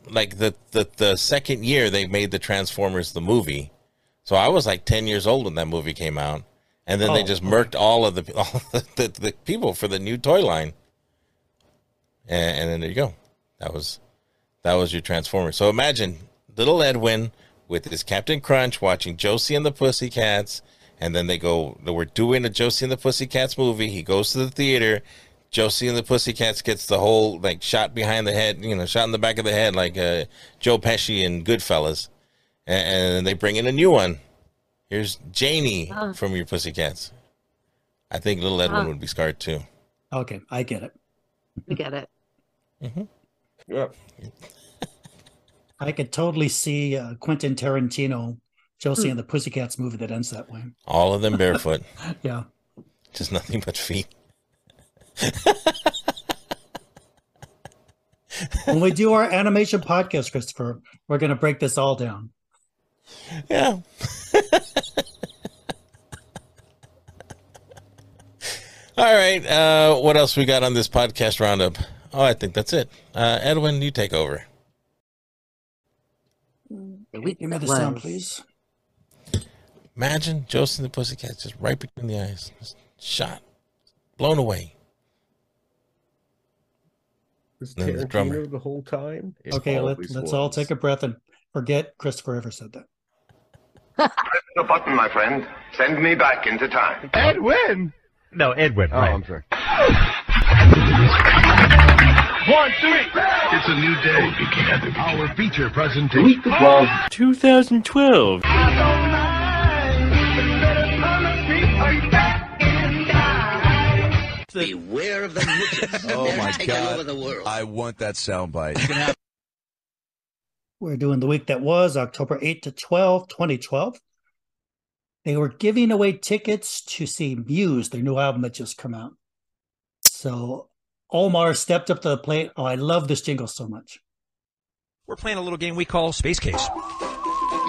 S1: like the the the second year they made the Transformers the movie. So I was like 10 years old when that movie came out. And then they
S16: Oh,
S1: just murked all of the all the, the, the people for the new toy line. And, and then there you go. That was that was your Transformer. So imagine little Edwin with his Captain Crunch watching Josie and the Pussycats, and then they go. We're doing a Josie and the Pussycats movie. He goes to the theater. Josie and the Pussycats gets the whole like shot behind the head, you know, shot in the back of the head, like uh, Joe Pesci and Goodfellas, and, and they bring in a new one. Here's Janie
S16: Huh.
S1: from your Pussycats. I think little Edwin
S16: Huh.
S1: would be scarred too.
S16: Okay, I get it.
S32: We get it.
S17: Yep.
S16: I could totally see uh, Quentin Tarantino,
S32: Hmm.
S16: Josie and the Pussycats movie that ends that way.
S1: All of them barefoot,
S16: Yeah.
S1: just nothing but feet.
S16: When we do our animation podcast, Christopher, we're gonna break this all down.
S1: Yeah. All right. Uh, what else we got on this podcast roundup? Oh, I think that's it. Uh, Edwin, you take over.
S32: Mm.
S16: Give me the sound, please.
S1: Imagine Joseph the Pussycat just right between the eyes, just shot, blown away.
S17: Was
S1: And then the drummer.
S17: Tarantino the whole time? It
S16: Okay, let,
S17: always
S16: let's all
S17: was.
S16: take a breath and forget Christopher ever said that.
S33: Press the button, my friend. Send me back into time.
S11: Edwin! No, Edwin. Oh, I'm sorry. One, two, three. It's a new day. Our feature presentation.
S34: 2012.
S21: Beware of the midgets.
S35: Oh
S21: They're
S35: my
S21: taking
S35: god!
S21: over the world.
S35: I want that soundbite.
S16: We're doing the week that was October 8 to 12, 2012. They were giving away tickets to see Muse, their new album that just come out. So Omar stepped up to the plate. Oh, I love this jingle so much.
S8: We're playing a little game we call Space Case.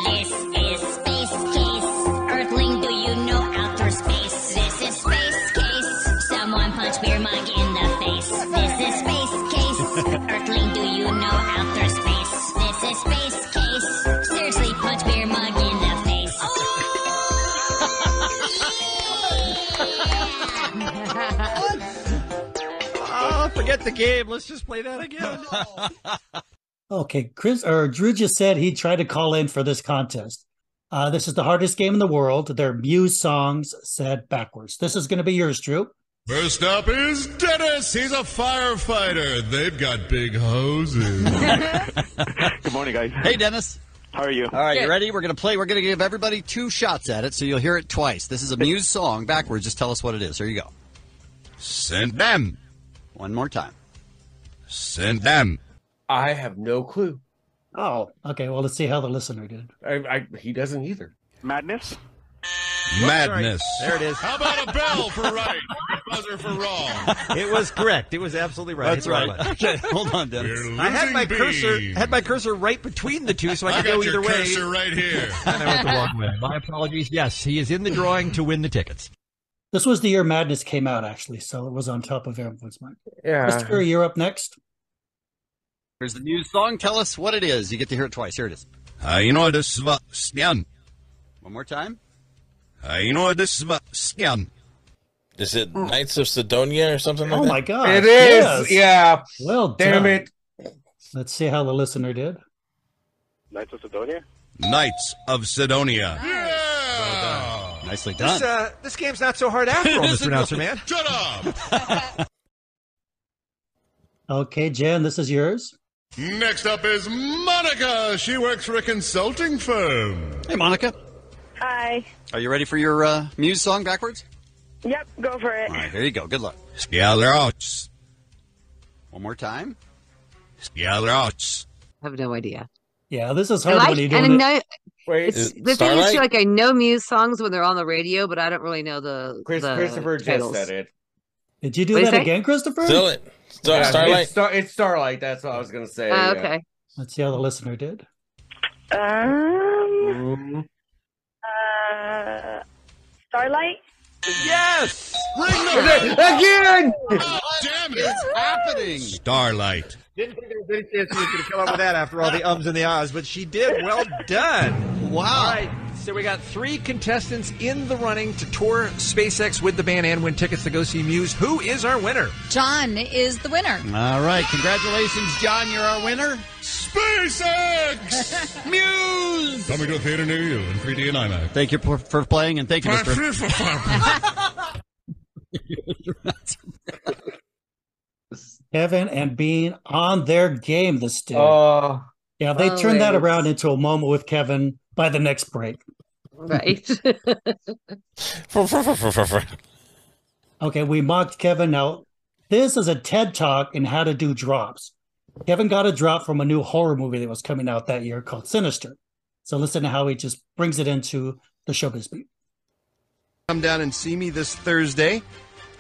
S19: This is Space Case. Earthling, do you know outer space? This is Space Case. Someone punch beer mug in the face. This is Space Case. Earthling, do you know outer space? This is Space Case. Seriously, punch beer mug in the face. Oh,
S8: Oh, forget the game. Let's just play that again.
S16: Okay, Chris or Drew just said he tried to call in for this contest. Uh, this is the hardest game in the world. They're Muse songs said backwards. This is going to be yours, Drew.
S24: First up is Dennis. He's a firefighter. They've got big hoses.
S20: Good morning, guys. Hey, Dennis. How are you? All right, you
S21: ready? We're going to play. We're going to give everybody two shots at it, so you'll hear it twice. This is a Muse song backwards. Just tell us what it is. Here you go.
S24: Send them.
S20: One more time.
S24: Send them.
S17: I have no clue.
S16: Oh, okay. Well, let's see how the listener did.
S17: I, I, he doesn't either.
S20: Madness.
S24: Madness.
S17: There it is.
S24: How about a bell for right? A buzzer for wrong.
S8: It was correct. It was absolutely right.
S20: That's
S8: Hit the
S20: right.
S8: button.
S20: Okay, hold on, Dennis.
S8: I had my
S20: losing
S8: cursor
S20: beam.
S8: had my cursor right between the two, so I,
S20: I
S8: could
S20: got
S8: go
S20: your
S8: either way.
S20: cursor right here.
S8: and I went the wrong way. My apologies. Yes, he is in the drawing to win the tickets.
S16: This was the year Madness came out, actually, so it was on top of everyone's mind.
S17: Yeah.
S16: Christopher, you're up next.
S20: Here's the Muse song. Tell us what it is. You get to hear it twice. Here it is.
S8: Uh,
S24: Einordesvasjan.
S20: One more time.
S24: Einordesvasjan.
S1: Is it Knights of Sidonia or something like
S16: Oh
S1: that?
S16: my god.
S24: It is,
S16: Yeah. Well
S24: Damn
S16: done. Let's see how the listener did.
S24: Knights of Sidonia? Knights of Sidonia.
S20: Nicely
S8: This uh, this game's not so hard after all, Mr. Announcer Man.
S24: Shut up!
S16: Okay, Jen, this is yours.
S24: Next up is Monica. She works for a consulting firm.
S20: Hey, Monica.
S11: Hi.
S8: Are you ready for your uh, Muse song backwards?
S11: Yep, go for it.
S8: All right, here you go. Good luck.
S21: Spielrauts.
S8: One more time.
S21: Spielrauts.
S15: I have no idea.
S16: Yeah, this is
S15: I
S16: hard
S15: like,
S16: when you're
S15: and
S16: doing
S15: I
S16: it.
S15: know
S16: Wait,
S15: it's, the thing is, too, like I know Muse songs when they're on the radio, but I don't really know the.
S17: Chris,
S15: the
S17: Christopher just
S15: titles.
S17: said it.
S16: Did you do
S15: What'd you
S16: that
S15: say?
S16: again, Christopher?
S1: Still it. Star-
S17: Yeah,
S1: Starlight.
S17: It's, star, it's Starlight. That's what I was gonna say.
S15: Oh,
S17: yeah.
S15: okay.
S16: Let's see how the listener did.
S17: Ah.
S11: Um, uh, Starlight?
S8: Yes!
S17: Again!
S8: damn it! It's happening!
S21: Starlight.
S8: Didn't think there was any chance you could come up with that after all the ums and the ahs, but she did. Well done.
S20: Wow.
S8: All right. So we got three contestants in the running to tour SpaceX with the band and win tickets to go see Muse. Who is our winner?
S36: John is the winner.
S8: All right. Congratulations, John. You're our winner.
S21: SpaceX!
S8: Muse!
S21: Coming to a theater near you in 3D and IMAX.
S20: Thank you for, for playing, and thank you, Mr.
S16: Kevin and Bean on their game this day.
S17: Oh.
S16: yeah, if they turn that
S15: always.
S16: around into a moment with Kevin by the next break.
S15: Right.
S16: Okay, we mocked Kevin. Now, this is a TED talk in how to do drops. Kevin got a drop from a new horror movie that was coming out that year called Sinister. So listen to how he just brings it into the showbiz beat.
S24: Come down and see me this Thursday,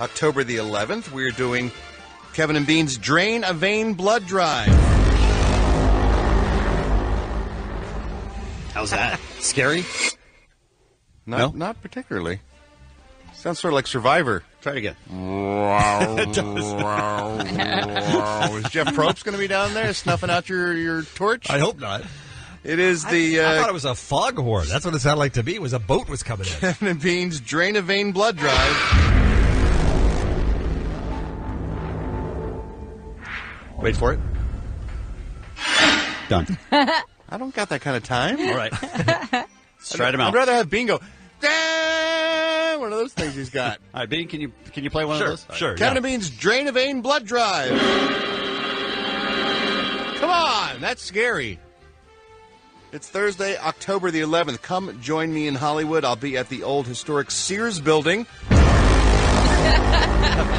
S24: October the 11th. We're doing Kevin and Bean's Drain a Vein Blood Drive.
S8: How's that? Scary?
S24: Not, not particularly. Sounds sort of like Survivor. Try it again.
S8: It does.
S24: Is Jeff Probst going to be down there snuffing out your, your torch?
S8: I hope not.
S24: It is the.
S8: I
S24: uh,
S8: thought it was a foghorn. That's what it sounded like to me. Was a boat was coming in.
S24: Kevin and Bean's Drain a Vein Blood Drive.
S8: Wait for it. Done.
S24: I don't got that kind of time.
S8: All right. Let's try them
S24: I'd
S8: out.
S24: rather have bingo. Ah, One of those things he's got.
S8: All right, Bean, can you can you play one
S24: Sure,
S8: of those?
S24: sure, Kevin yeah. Bean's Drain a Vein Blood Drive. Come on, that's scary. It's Thursday, October the 11th. Come join me in Hollywood. I'll be at the old historic Sears building.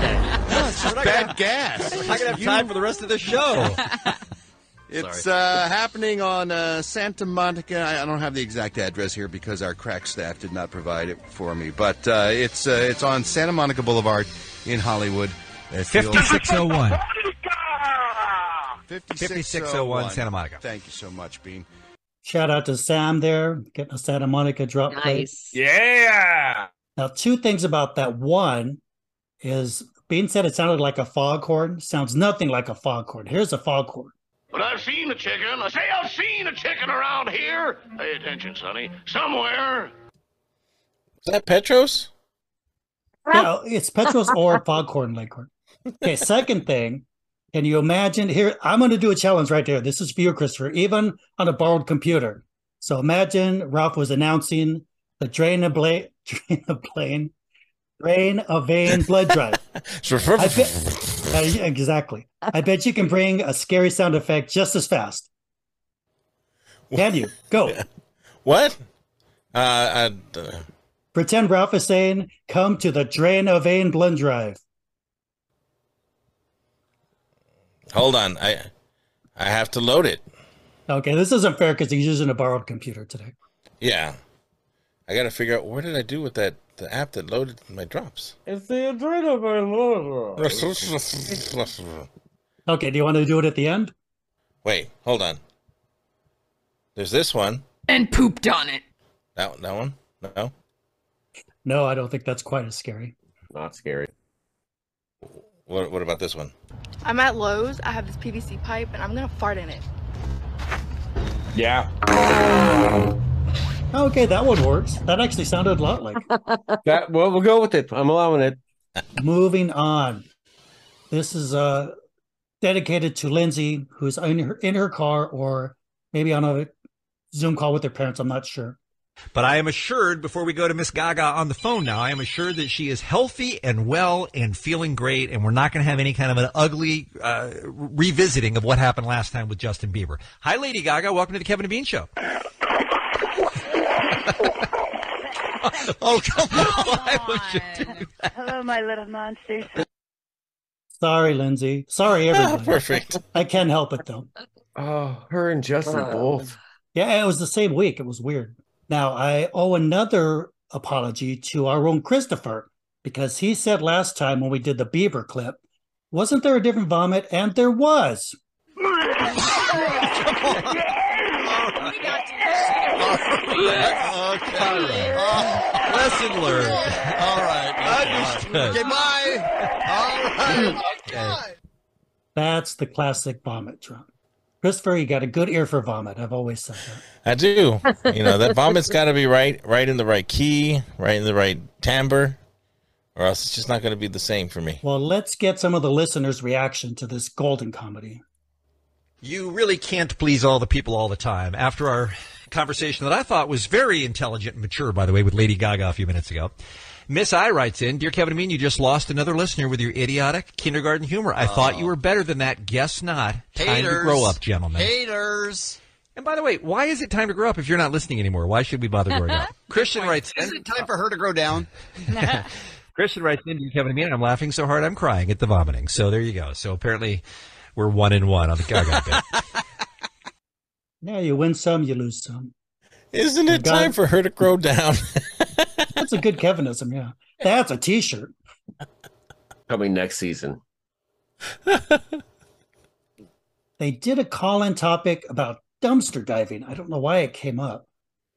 S24: Bad gas. Oh.
S8: I can have time for the rest of the show.
S24: It's uh, happening on uh, Santa Monica. I, I don't have the exact address here because our crack staff did not provide it for me, but uh, it's uh, it's on Santa Monica Boulevard in Hollywood. That's the old-
S8: 5601.
S24: 5601
S8: Santa Monica.
S24: Thank you so much, Bean.
S16: Shout out to Sam there, getting a Santa Monica drop plate.
S24: Yeah.
S16: Now, two things about that. One is being said it sounded like a foghorn. Sounds nothing like a foghorn. Here's a foghorn.
S37: But I've seen a chicken. I say I've seen a chicken around here. Pay attention, sonny. Somewhere.
S1: Is that Petros?
S16: Yeah, it's Petros or foghorn leghorn. Okay, second thing, can you imagine here? I'm going to do a challenge right there. This is for you, Christopher, even on a borrowed computer. So imagine Ralph was announcing the drain a blade, drain a plane, drain a vein blood drive. I bet- Uh, yeah, exactly. I bet you can bring a scary sound effect just as fast. Can you? Go.
S1: What? Uh, I, uh,
S16: Pretend Ralph is saying, come to the drain a vein blood drive.
S1: hold on. I I have to load it.
S16: Okay, this isn't fair because he's using a borrowed computer today.
S1: Yeah. I got to figure out what did I do with that the app that loaded my drops.
S17: It's the adrenaline.
S16: Okay, do you want to do it at the end?
S1: Wait, hold on. There's this one.
S38: And pooped on it.
S1: That that one? No.
S16: No, I don't think that's quite as scary.
S1: Not scary. What what about this one?
S5: I'm at Lowe's. I have this PVC pipe, and I'm gonna fart in it.
S1: Yeah.
S16: Okay, that one works. That actually sounded a lot like.
S17: That well, we'll go with it. I'm allowing it.
S16: Moving on. This is uh dedicated to Lindsay, who's in her in her car or maybe on a Zoom call with her parents. I'm not sure.
S8: But I am assured, before we go to Miss Gaga on the phone now, I am assured that she is healthy and well and feeling great, and we're not going to have any kind of an ugly uh, revisiting of what happened last time with Justin Bieber. Hi, Lady Gaga. Welcome to the Kevin and Bean Show. Oh, come on. Why would you do that?
S11: Hello, my little monsters.
S16: Sorry, Lindsay. Sorry, everybody.
S1: perfect.
S16: I can't help it though.
S17: Oh, her and Justin both.
S16: Yeah, it was the same week. It was weird. Now I owe another apology to our own Christopher because he said last time when we did the Bieber clip, wasn't there a different vomit? And there was.
S20: Oh,
S8: Lesson learned. All
S39: right. Understood. Okay, bye. All right.
S16: That's the classic vomit drum. Christopher, you got a good ear for vomit. I've always said that.
S1: I do. You know that vomit's got to be right, right in the right key, right in the right timbre, or else it's just not going to be the same for me.
S16: Well, let's get some of the listeners' reaction to this golden comedy.
S8: You really can't please all the people all the time. After our conversation that I thought was very intelligent and mature, by the way, with Lady Gaga a few minutes ago, Miss I writes in, Dear Kevin and Mean, you just lost another listener with your idiotic kindergarten humor. I thought you were better than that. Guess not. Time to
S20: Oh. Haters.
S8: grow up, gentlemen.
S20: Haters.
S8: And by the way, why is it time to grow up if you're not listening anymore? Why should we bother growing up? Christian writes in.
S20: Is it time for her to grow down?
S8: Christian writes in, Dear Kevin and Mean, I'm laughing so hard I'm crying at the vomiting. So there you go. So apparently we're one and one on the Gaga bit.
S16: Yeah, you win some, you lose some.
S1: Isn't it time for her to grow down?
S16: That's a good Kevinism, yeah. That's a T-shirt.
S17: Coming next season.
S16: They did a call-in topic about dumpster diving. I don't know why it came up,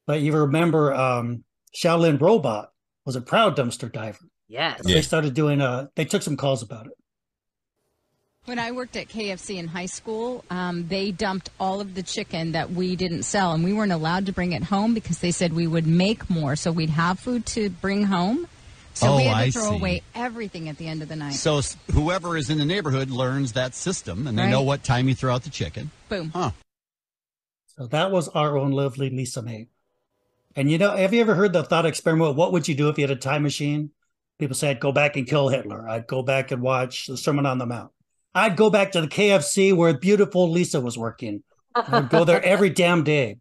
S16: but you remember um, Shaolin Robot was a proud dumpster diver.
S21: Yes.
S16: They started doing. Uh, they took some calls about it.
S21: When I worked at KFC in high school, um, they dumped all of the chicken that we didn't sell, and we weren't allowed to bring it home because they said we would make more, so we'd have food to bring home. So we
S20: Oh,
S21: had to
S20: I
S21: throw
S20: see.
S21: away everything at the end of the night.
S20: So s- whoever is in the neighborhood learns that system, and they
S21: Right.
S20: know what time you throw out the chicken.
S21: Boom.
S16: So that was our own lovely Lisa May. And you know, have you ever heard the thought experiment? What would you do if you had a time machine? People say I'd go back and kill Hitler. I'd go back and watch the Sermon on the Mount. I'd go back to the KFC where beautiful Lisa was working. I would go there every damn day.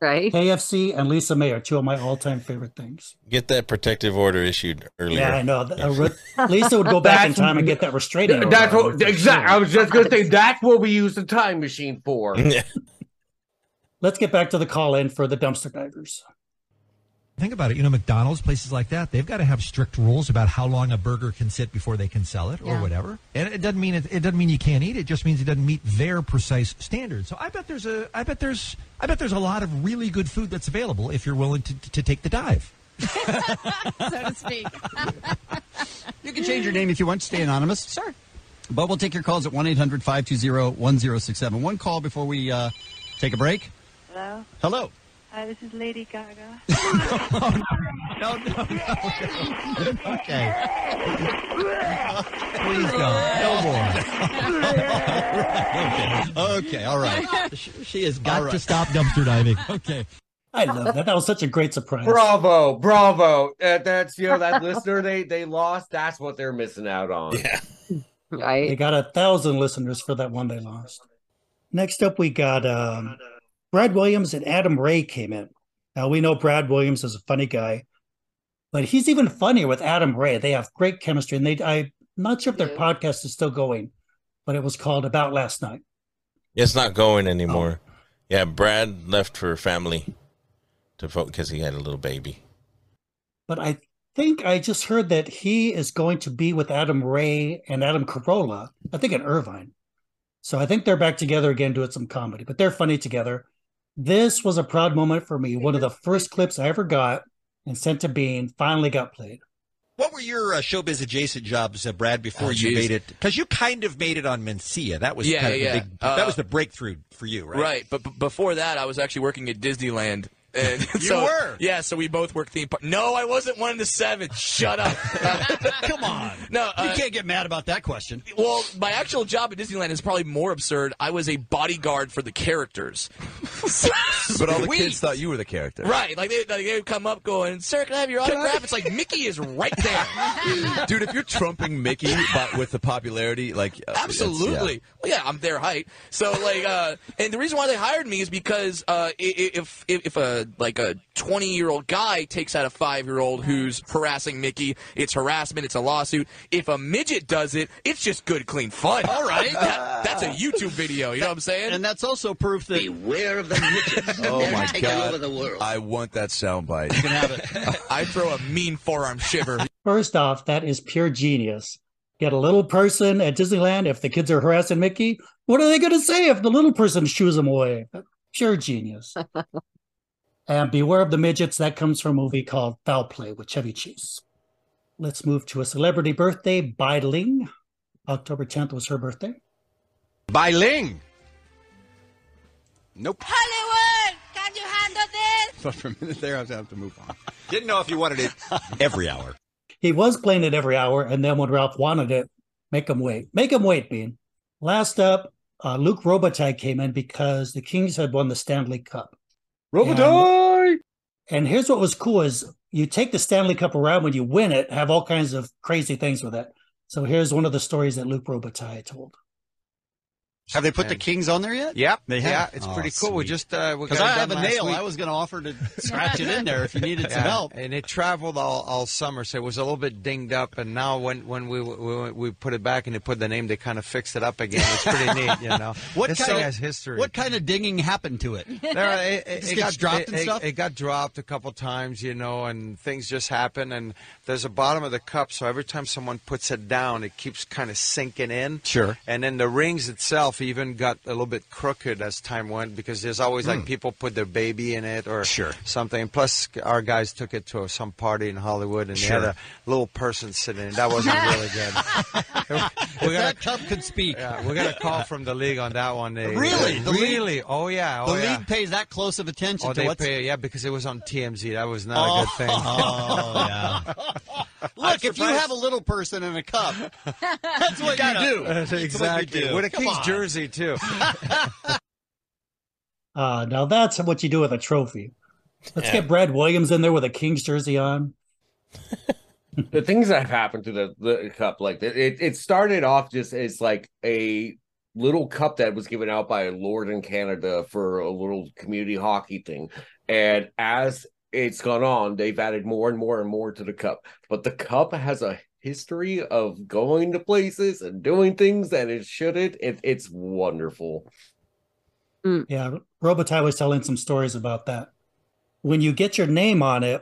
S40: Right.
S16: KFC and Lisa May are two of my all-time favorite things.
S1: Get that protective order issued earlier.
S16: Yeah, I know. Th- uh, re- Lisa would go back in
S17: That's-
S16: time and get that restraining order.
S17: That's what exactly. I was just going to say that's what we use the time machine for.
S16: Let's get back to the call-in for the dumpster divers.
S8: Think about it. You know, McDonald's, places like that, they've got to have strict rules about how long a burger can sit before they can sell it or Yeah. whatever. And it doesn't mean it, it doesn't mean you can't eat it. it. Just means it doesn't meet their precise standards. So I bet there's a I bet there's I bet there's a lot of really good food that's available if you're willing to, to, to take the dive.
S21: so to speak.
S20: You can change your name if you want. Stay anonymous. Sure. But we'll take your calls at 1 800 520 1067. One call before we uh, take a break.
S11: Hello.
S20: Hello.
S11: Hi, this is Lady Gaga.
S20: No, no, no. okay.
S8: Please don't. No more.
S20: okay. All right.
S8: She, she has got
S20: All right.
S8: to stop dumpster diving.
S20: Okay.
S16: I love that. That was such a great surprise.
S17: Bravo, bravo. Uh, that's you know that listener they they lost. That's what they're missing out on. Yeah.
S16: They got a thousand listeners for that one they lost. Next up, we got um, Brad Williams and Adam Ray came in. Now we know Brad Williams is a funny guy, but he's even funnier with Adam Ray. They have great chemistry, and they I'm not sure if their podcast is still going, but it was called About Last Night.
S1: It's not going anymore. Yeah, Brad left for family to vote because he had a little baby.
S16: But I think I just heard that he is going to be with Adam Ray and Adam Carolla. I think in Irvine. So I think they're back together again doing some comedy, but they're funny together. This was a proud moment for me. One of the first clips I ever got and sent to Bean finally got played.
S8: What were your uh, showbiz adjacent jobs, uh, Brad, before
S16: Oh,
S8: you
S16: geez.
S8: made it? Because you kind of made it on Mencia. That was
S41: Yeah,
S8: kind of
S41: yeah.
S8: The big, that
S41: Uh,
S8: was the breakthrough for you, right?
S41: Right. But b- before that, I was actually working at Disneyland. And
S8: You
S41: so,
S8: were?
S41: Yeah, so we both worked theme park. No, I wasn't one to seven. Shut up. Come on. No, uh,
S20: You can't get mad about that question.
S41: Well, my actual job at Disneyland is probably more absurd. I was a bodyguard for the characters.
S35: But all the
S41: Sweet.
S35: kids thought you were the character.
S41: Right, like they, like they would come up going, "Sir, can I have your
S35: Can I-
S41: autograph?" It's like Mickey is right there.
S35: Dude, if you're trumping Mickey but with the popularity, like uh, it's-
S41: Absolutely. Well, yeah, I'm their height. So like, uh, and the reason why they hired me is because uh, i- i- if if, if a like a 20 year old guy takes out a five year old who's harassing Mickey, it's harassment. It's a lawsuit. If a midget does it, it's just good, clean fun.
S14: All right.
S41: That- that's a YouTube video. You know what I'm saying?
S35: And that's also proof that
S14: beware of the midgets. oh
S41: They're
S14: my
S41: taking
S14: god!
S41: over the world.
S14: I want that soundbite.
S41: You can have it. I throw a mean forearm shiver.
S16: First off, that is pure genius. Get a little person at Disneyland. If the kids are harassing Mickey, what are they going to say if the little person shoos them away? Pure genius. and beware of the midgets. That comes from a movie called Foul Play with Chevy Chase. Let's move to a celebrity birthday. Bai Ling. October 10th was her birthday.
S24: By Ling. Nope.
S19: Hollywood, can you handle this?
S24: Thought for a minute there I was going to have to move on.
S14: Didn't know if you wanted it every hour.
S16: He was playing it every hour, and then when Ralph wanted it, make him wait. Make him wait, Bean. Last up, uh, Luke Robitaille came in because the Kings had won the Stanley Cup.
S7: Robitaille!
S16: And, and here's what was cool is you take the Stanley Cup around when you win it, have all kinds of crazy things with it. So here's one of the stories that Luke Robitaille told.
S35: Have they put the Kings on there yet?
S9: Yep.
S35: They have.
S9: yeah, it's
S20: Oh,
S9: pretty cool. We just uh, we
S35: because
S9: got
S35: I
S9: it
S35: have a
S9: done last
S35: nail.
S9: week.
S35: I was going to offer to scratch it in there if you needed some
S9: Yeah,
S35: help.
S9: And it traveled all, all summer, so it was a little bit dinged up. And now when when we we, we put it back and they put the name, they kind of fixed it up again. It's pretty neat, you know.
S35: What
S9: This
S35: kind
S9: thing
S35: of
S9: has history?
S35: What kind of dinging happened to it?
S9: There, it, it-
S35: Just
S9: it
S35: gets
S9: got
S35: dropped
S9: it,
S35: and
S9: it-
S35: stuff.
S9: it got dropped a couple times, you know, and things just happen. And there's a bottom of the cup, so every time someone puts it down, it keeps kind of sinking in.
S35: Sure.
S9: And then the rings itself even got a little bit crooked as time went because there's always like
S35: Hmm.
S9: people put their baby in it or
S35: Sure.
S9: something. Plus, our guys took it to some party in Hollywood and
S35: Sure.
S9: they had a little person sitting in. it. That wasn't really good.
S35: If that cup could speak.
S9: We got a call from the league on that one. They-
S35: Really? The league-
S9: really? Oh yeah.
S35: the
S9: oh, yeah.
S35: league pays that close of attention
S9: Oh,
S35: to
S9: they
S35: what's
S9: pay, yeah, because it was on TMZ. That was not a good thing.
S35: Oh. Look, if you have a little person in a cup, that's what you, do. That's what you
S9: exactly.
S35: do.
S9: With a
S35: Come
S9: Kings
S35: on.
S9: jersey too.
S16: Uh, now that's what you do with a trophy. Let's
S17: Yeah.
S16: get Brad Williams in there with a Kings jersey on.
S17: the things that have happened to the, the cup like it, it it started off just as like a little cup that was given out by a lord in canada for a little community hockey thing and as it's gone on they've added more and more and more to the cup but the cup has a history of going to places and doing things that it shouldn't it, it's wonderful
S16: Yeah, Robitaille was telling some stories about that. When you get your name on it,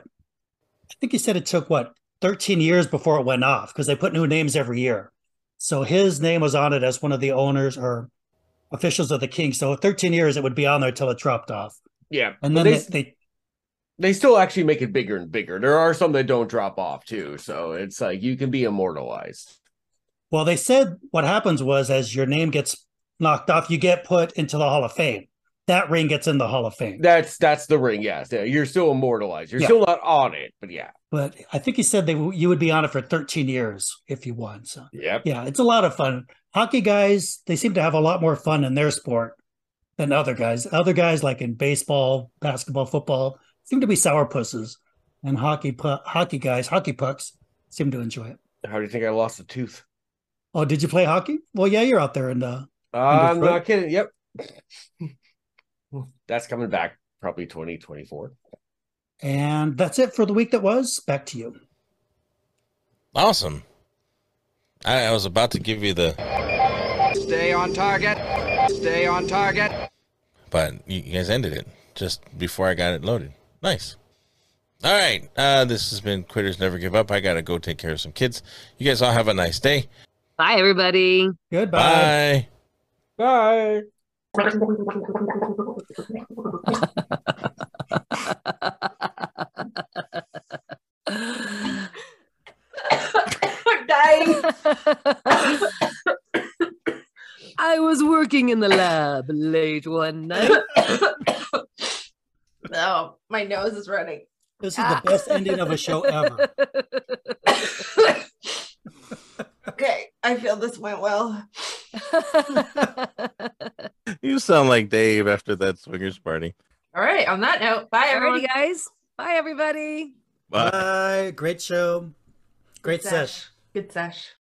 S16: I think he said it took what 13 years before it went off because they put new names every year. So his name was on it as one of the owners or officials of the Kings. So 13 years it would be on there till it dropped off.
S17: yeah
S16: And
S17: but they,
S16: then they, they
S17: they still actually make it bigger and bigger there are some that don't drop off too so it's like you can be immortalized
S16: Well, they said what happens was as your name gets knocked off, you get put into the Hall of Fame. That ring gets in the Hall of Fame.
S17: That's that's the ring. Yes, Yeah, you're still immortalized. You're
S16: Yeah.
S17: still not on it, but yeah,
S16: But I think he said they you would be on it for 13 years if you won. So
S17: Yep.
S16: yeah, it's a lot of fun. Hockey guys, they seem to have a lot more fun in their sport than other guys. Other guys like in baseball, basketball, football seem to be sourpusses, and hockey pu- hockey guys, hockey pucks seem to enjoy it.
S17: How do you think I lost a tooth?
S16: Oh, did you play hockey? Well, yeah, you're out there uh, in the
S17: I'm
S16: Detroit?
S17: not kidding. Um, Yep, that's coming back probably 2024.
S16: And that's it for the week that was. Back to you.
S1: Awesome. I, I was about to give you the,
S22: Stay on target. Stay on target.
S1: but you, you guys ended it just before I got it loaded. Nice. All right. Uh, this has been Quitters Never Give Up. I got to go take care of some kids. You guys all have a nice day.
S15: Bye, everybody.
S1: Goodbye.
S17: Bye.
S15: I was working in the lab late one night.
S5: Oh, my nose is running.
S16: This is the best ending of a show ever.
S5: Okay, I feel this went well.
S1: You sound like Dave after that swingers party.
S5: All right, on that note, bye everyone.
S15: Alrighty, guys. Bye, everybody.
S1: Bye.
S16: Bye. Great show. Great
S5: Good
S16: sesh.
S5: Good sesh.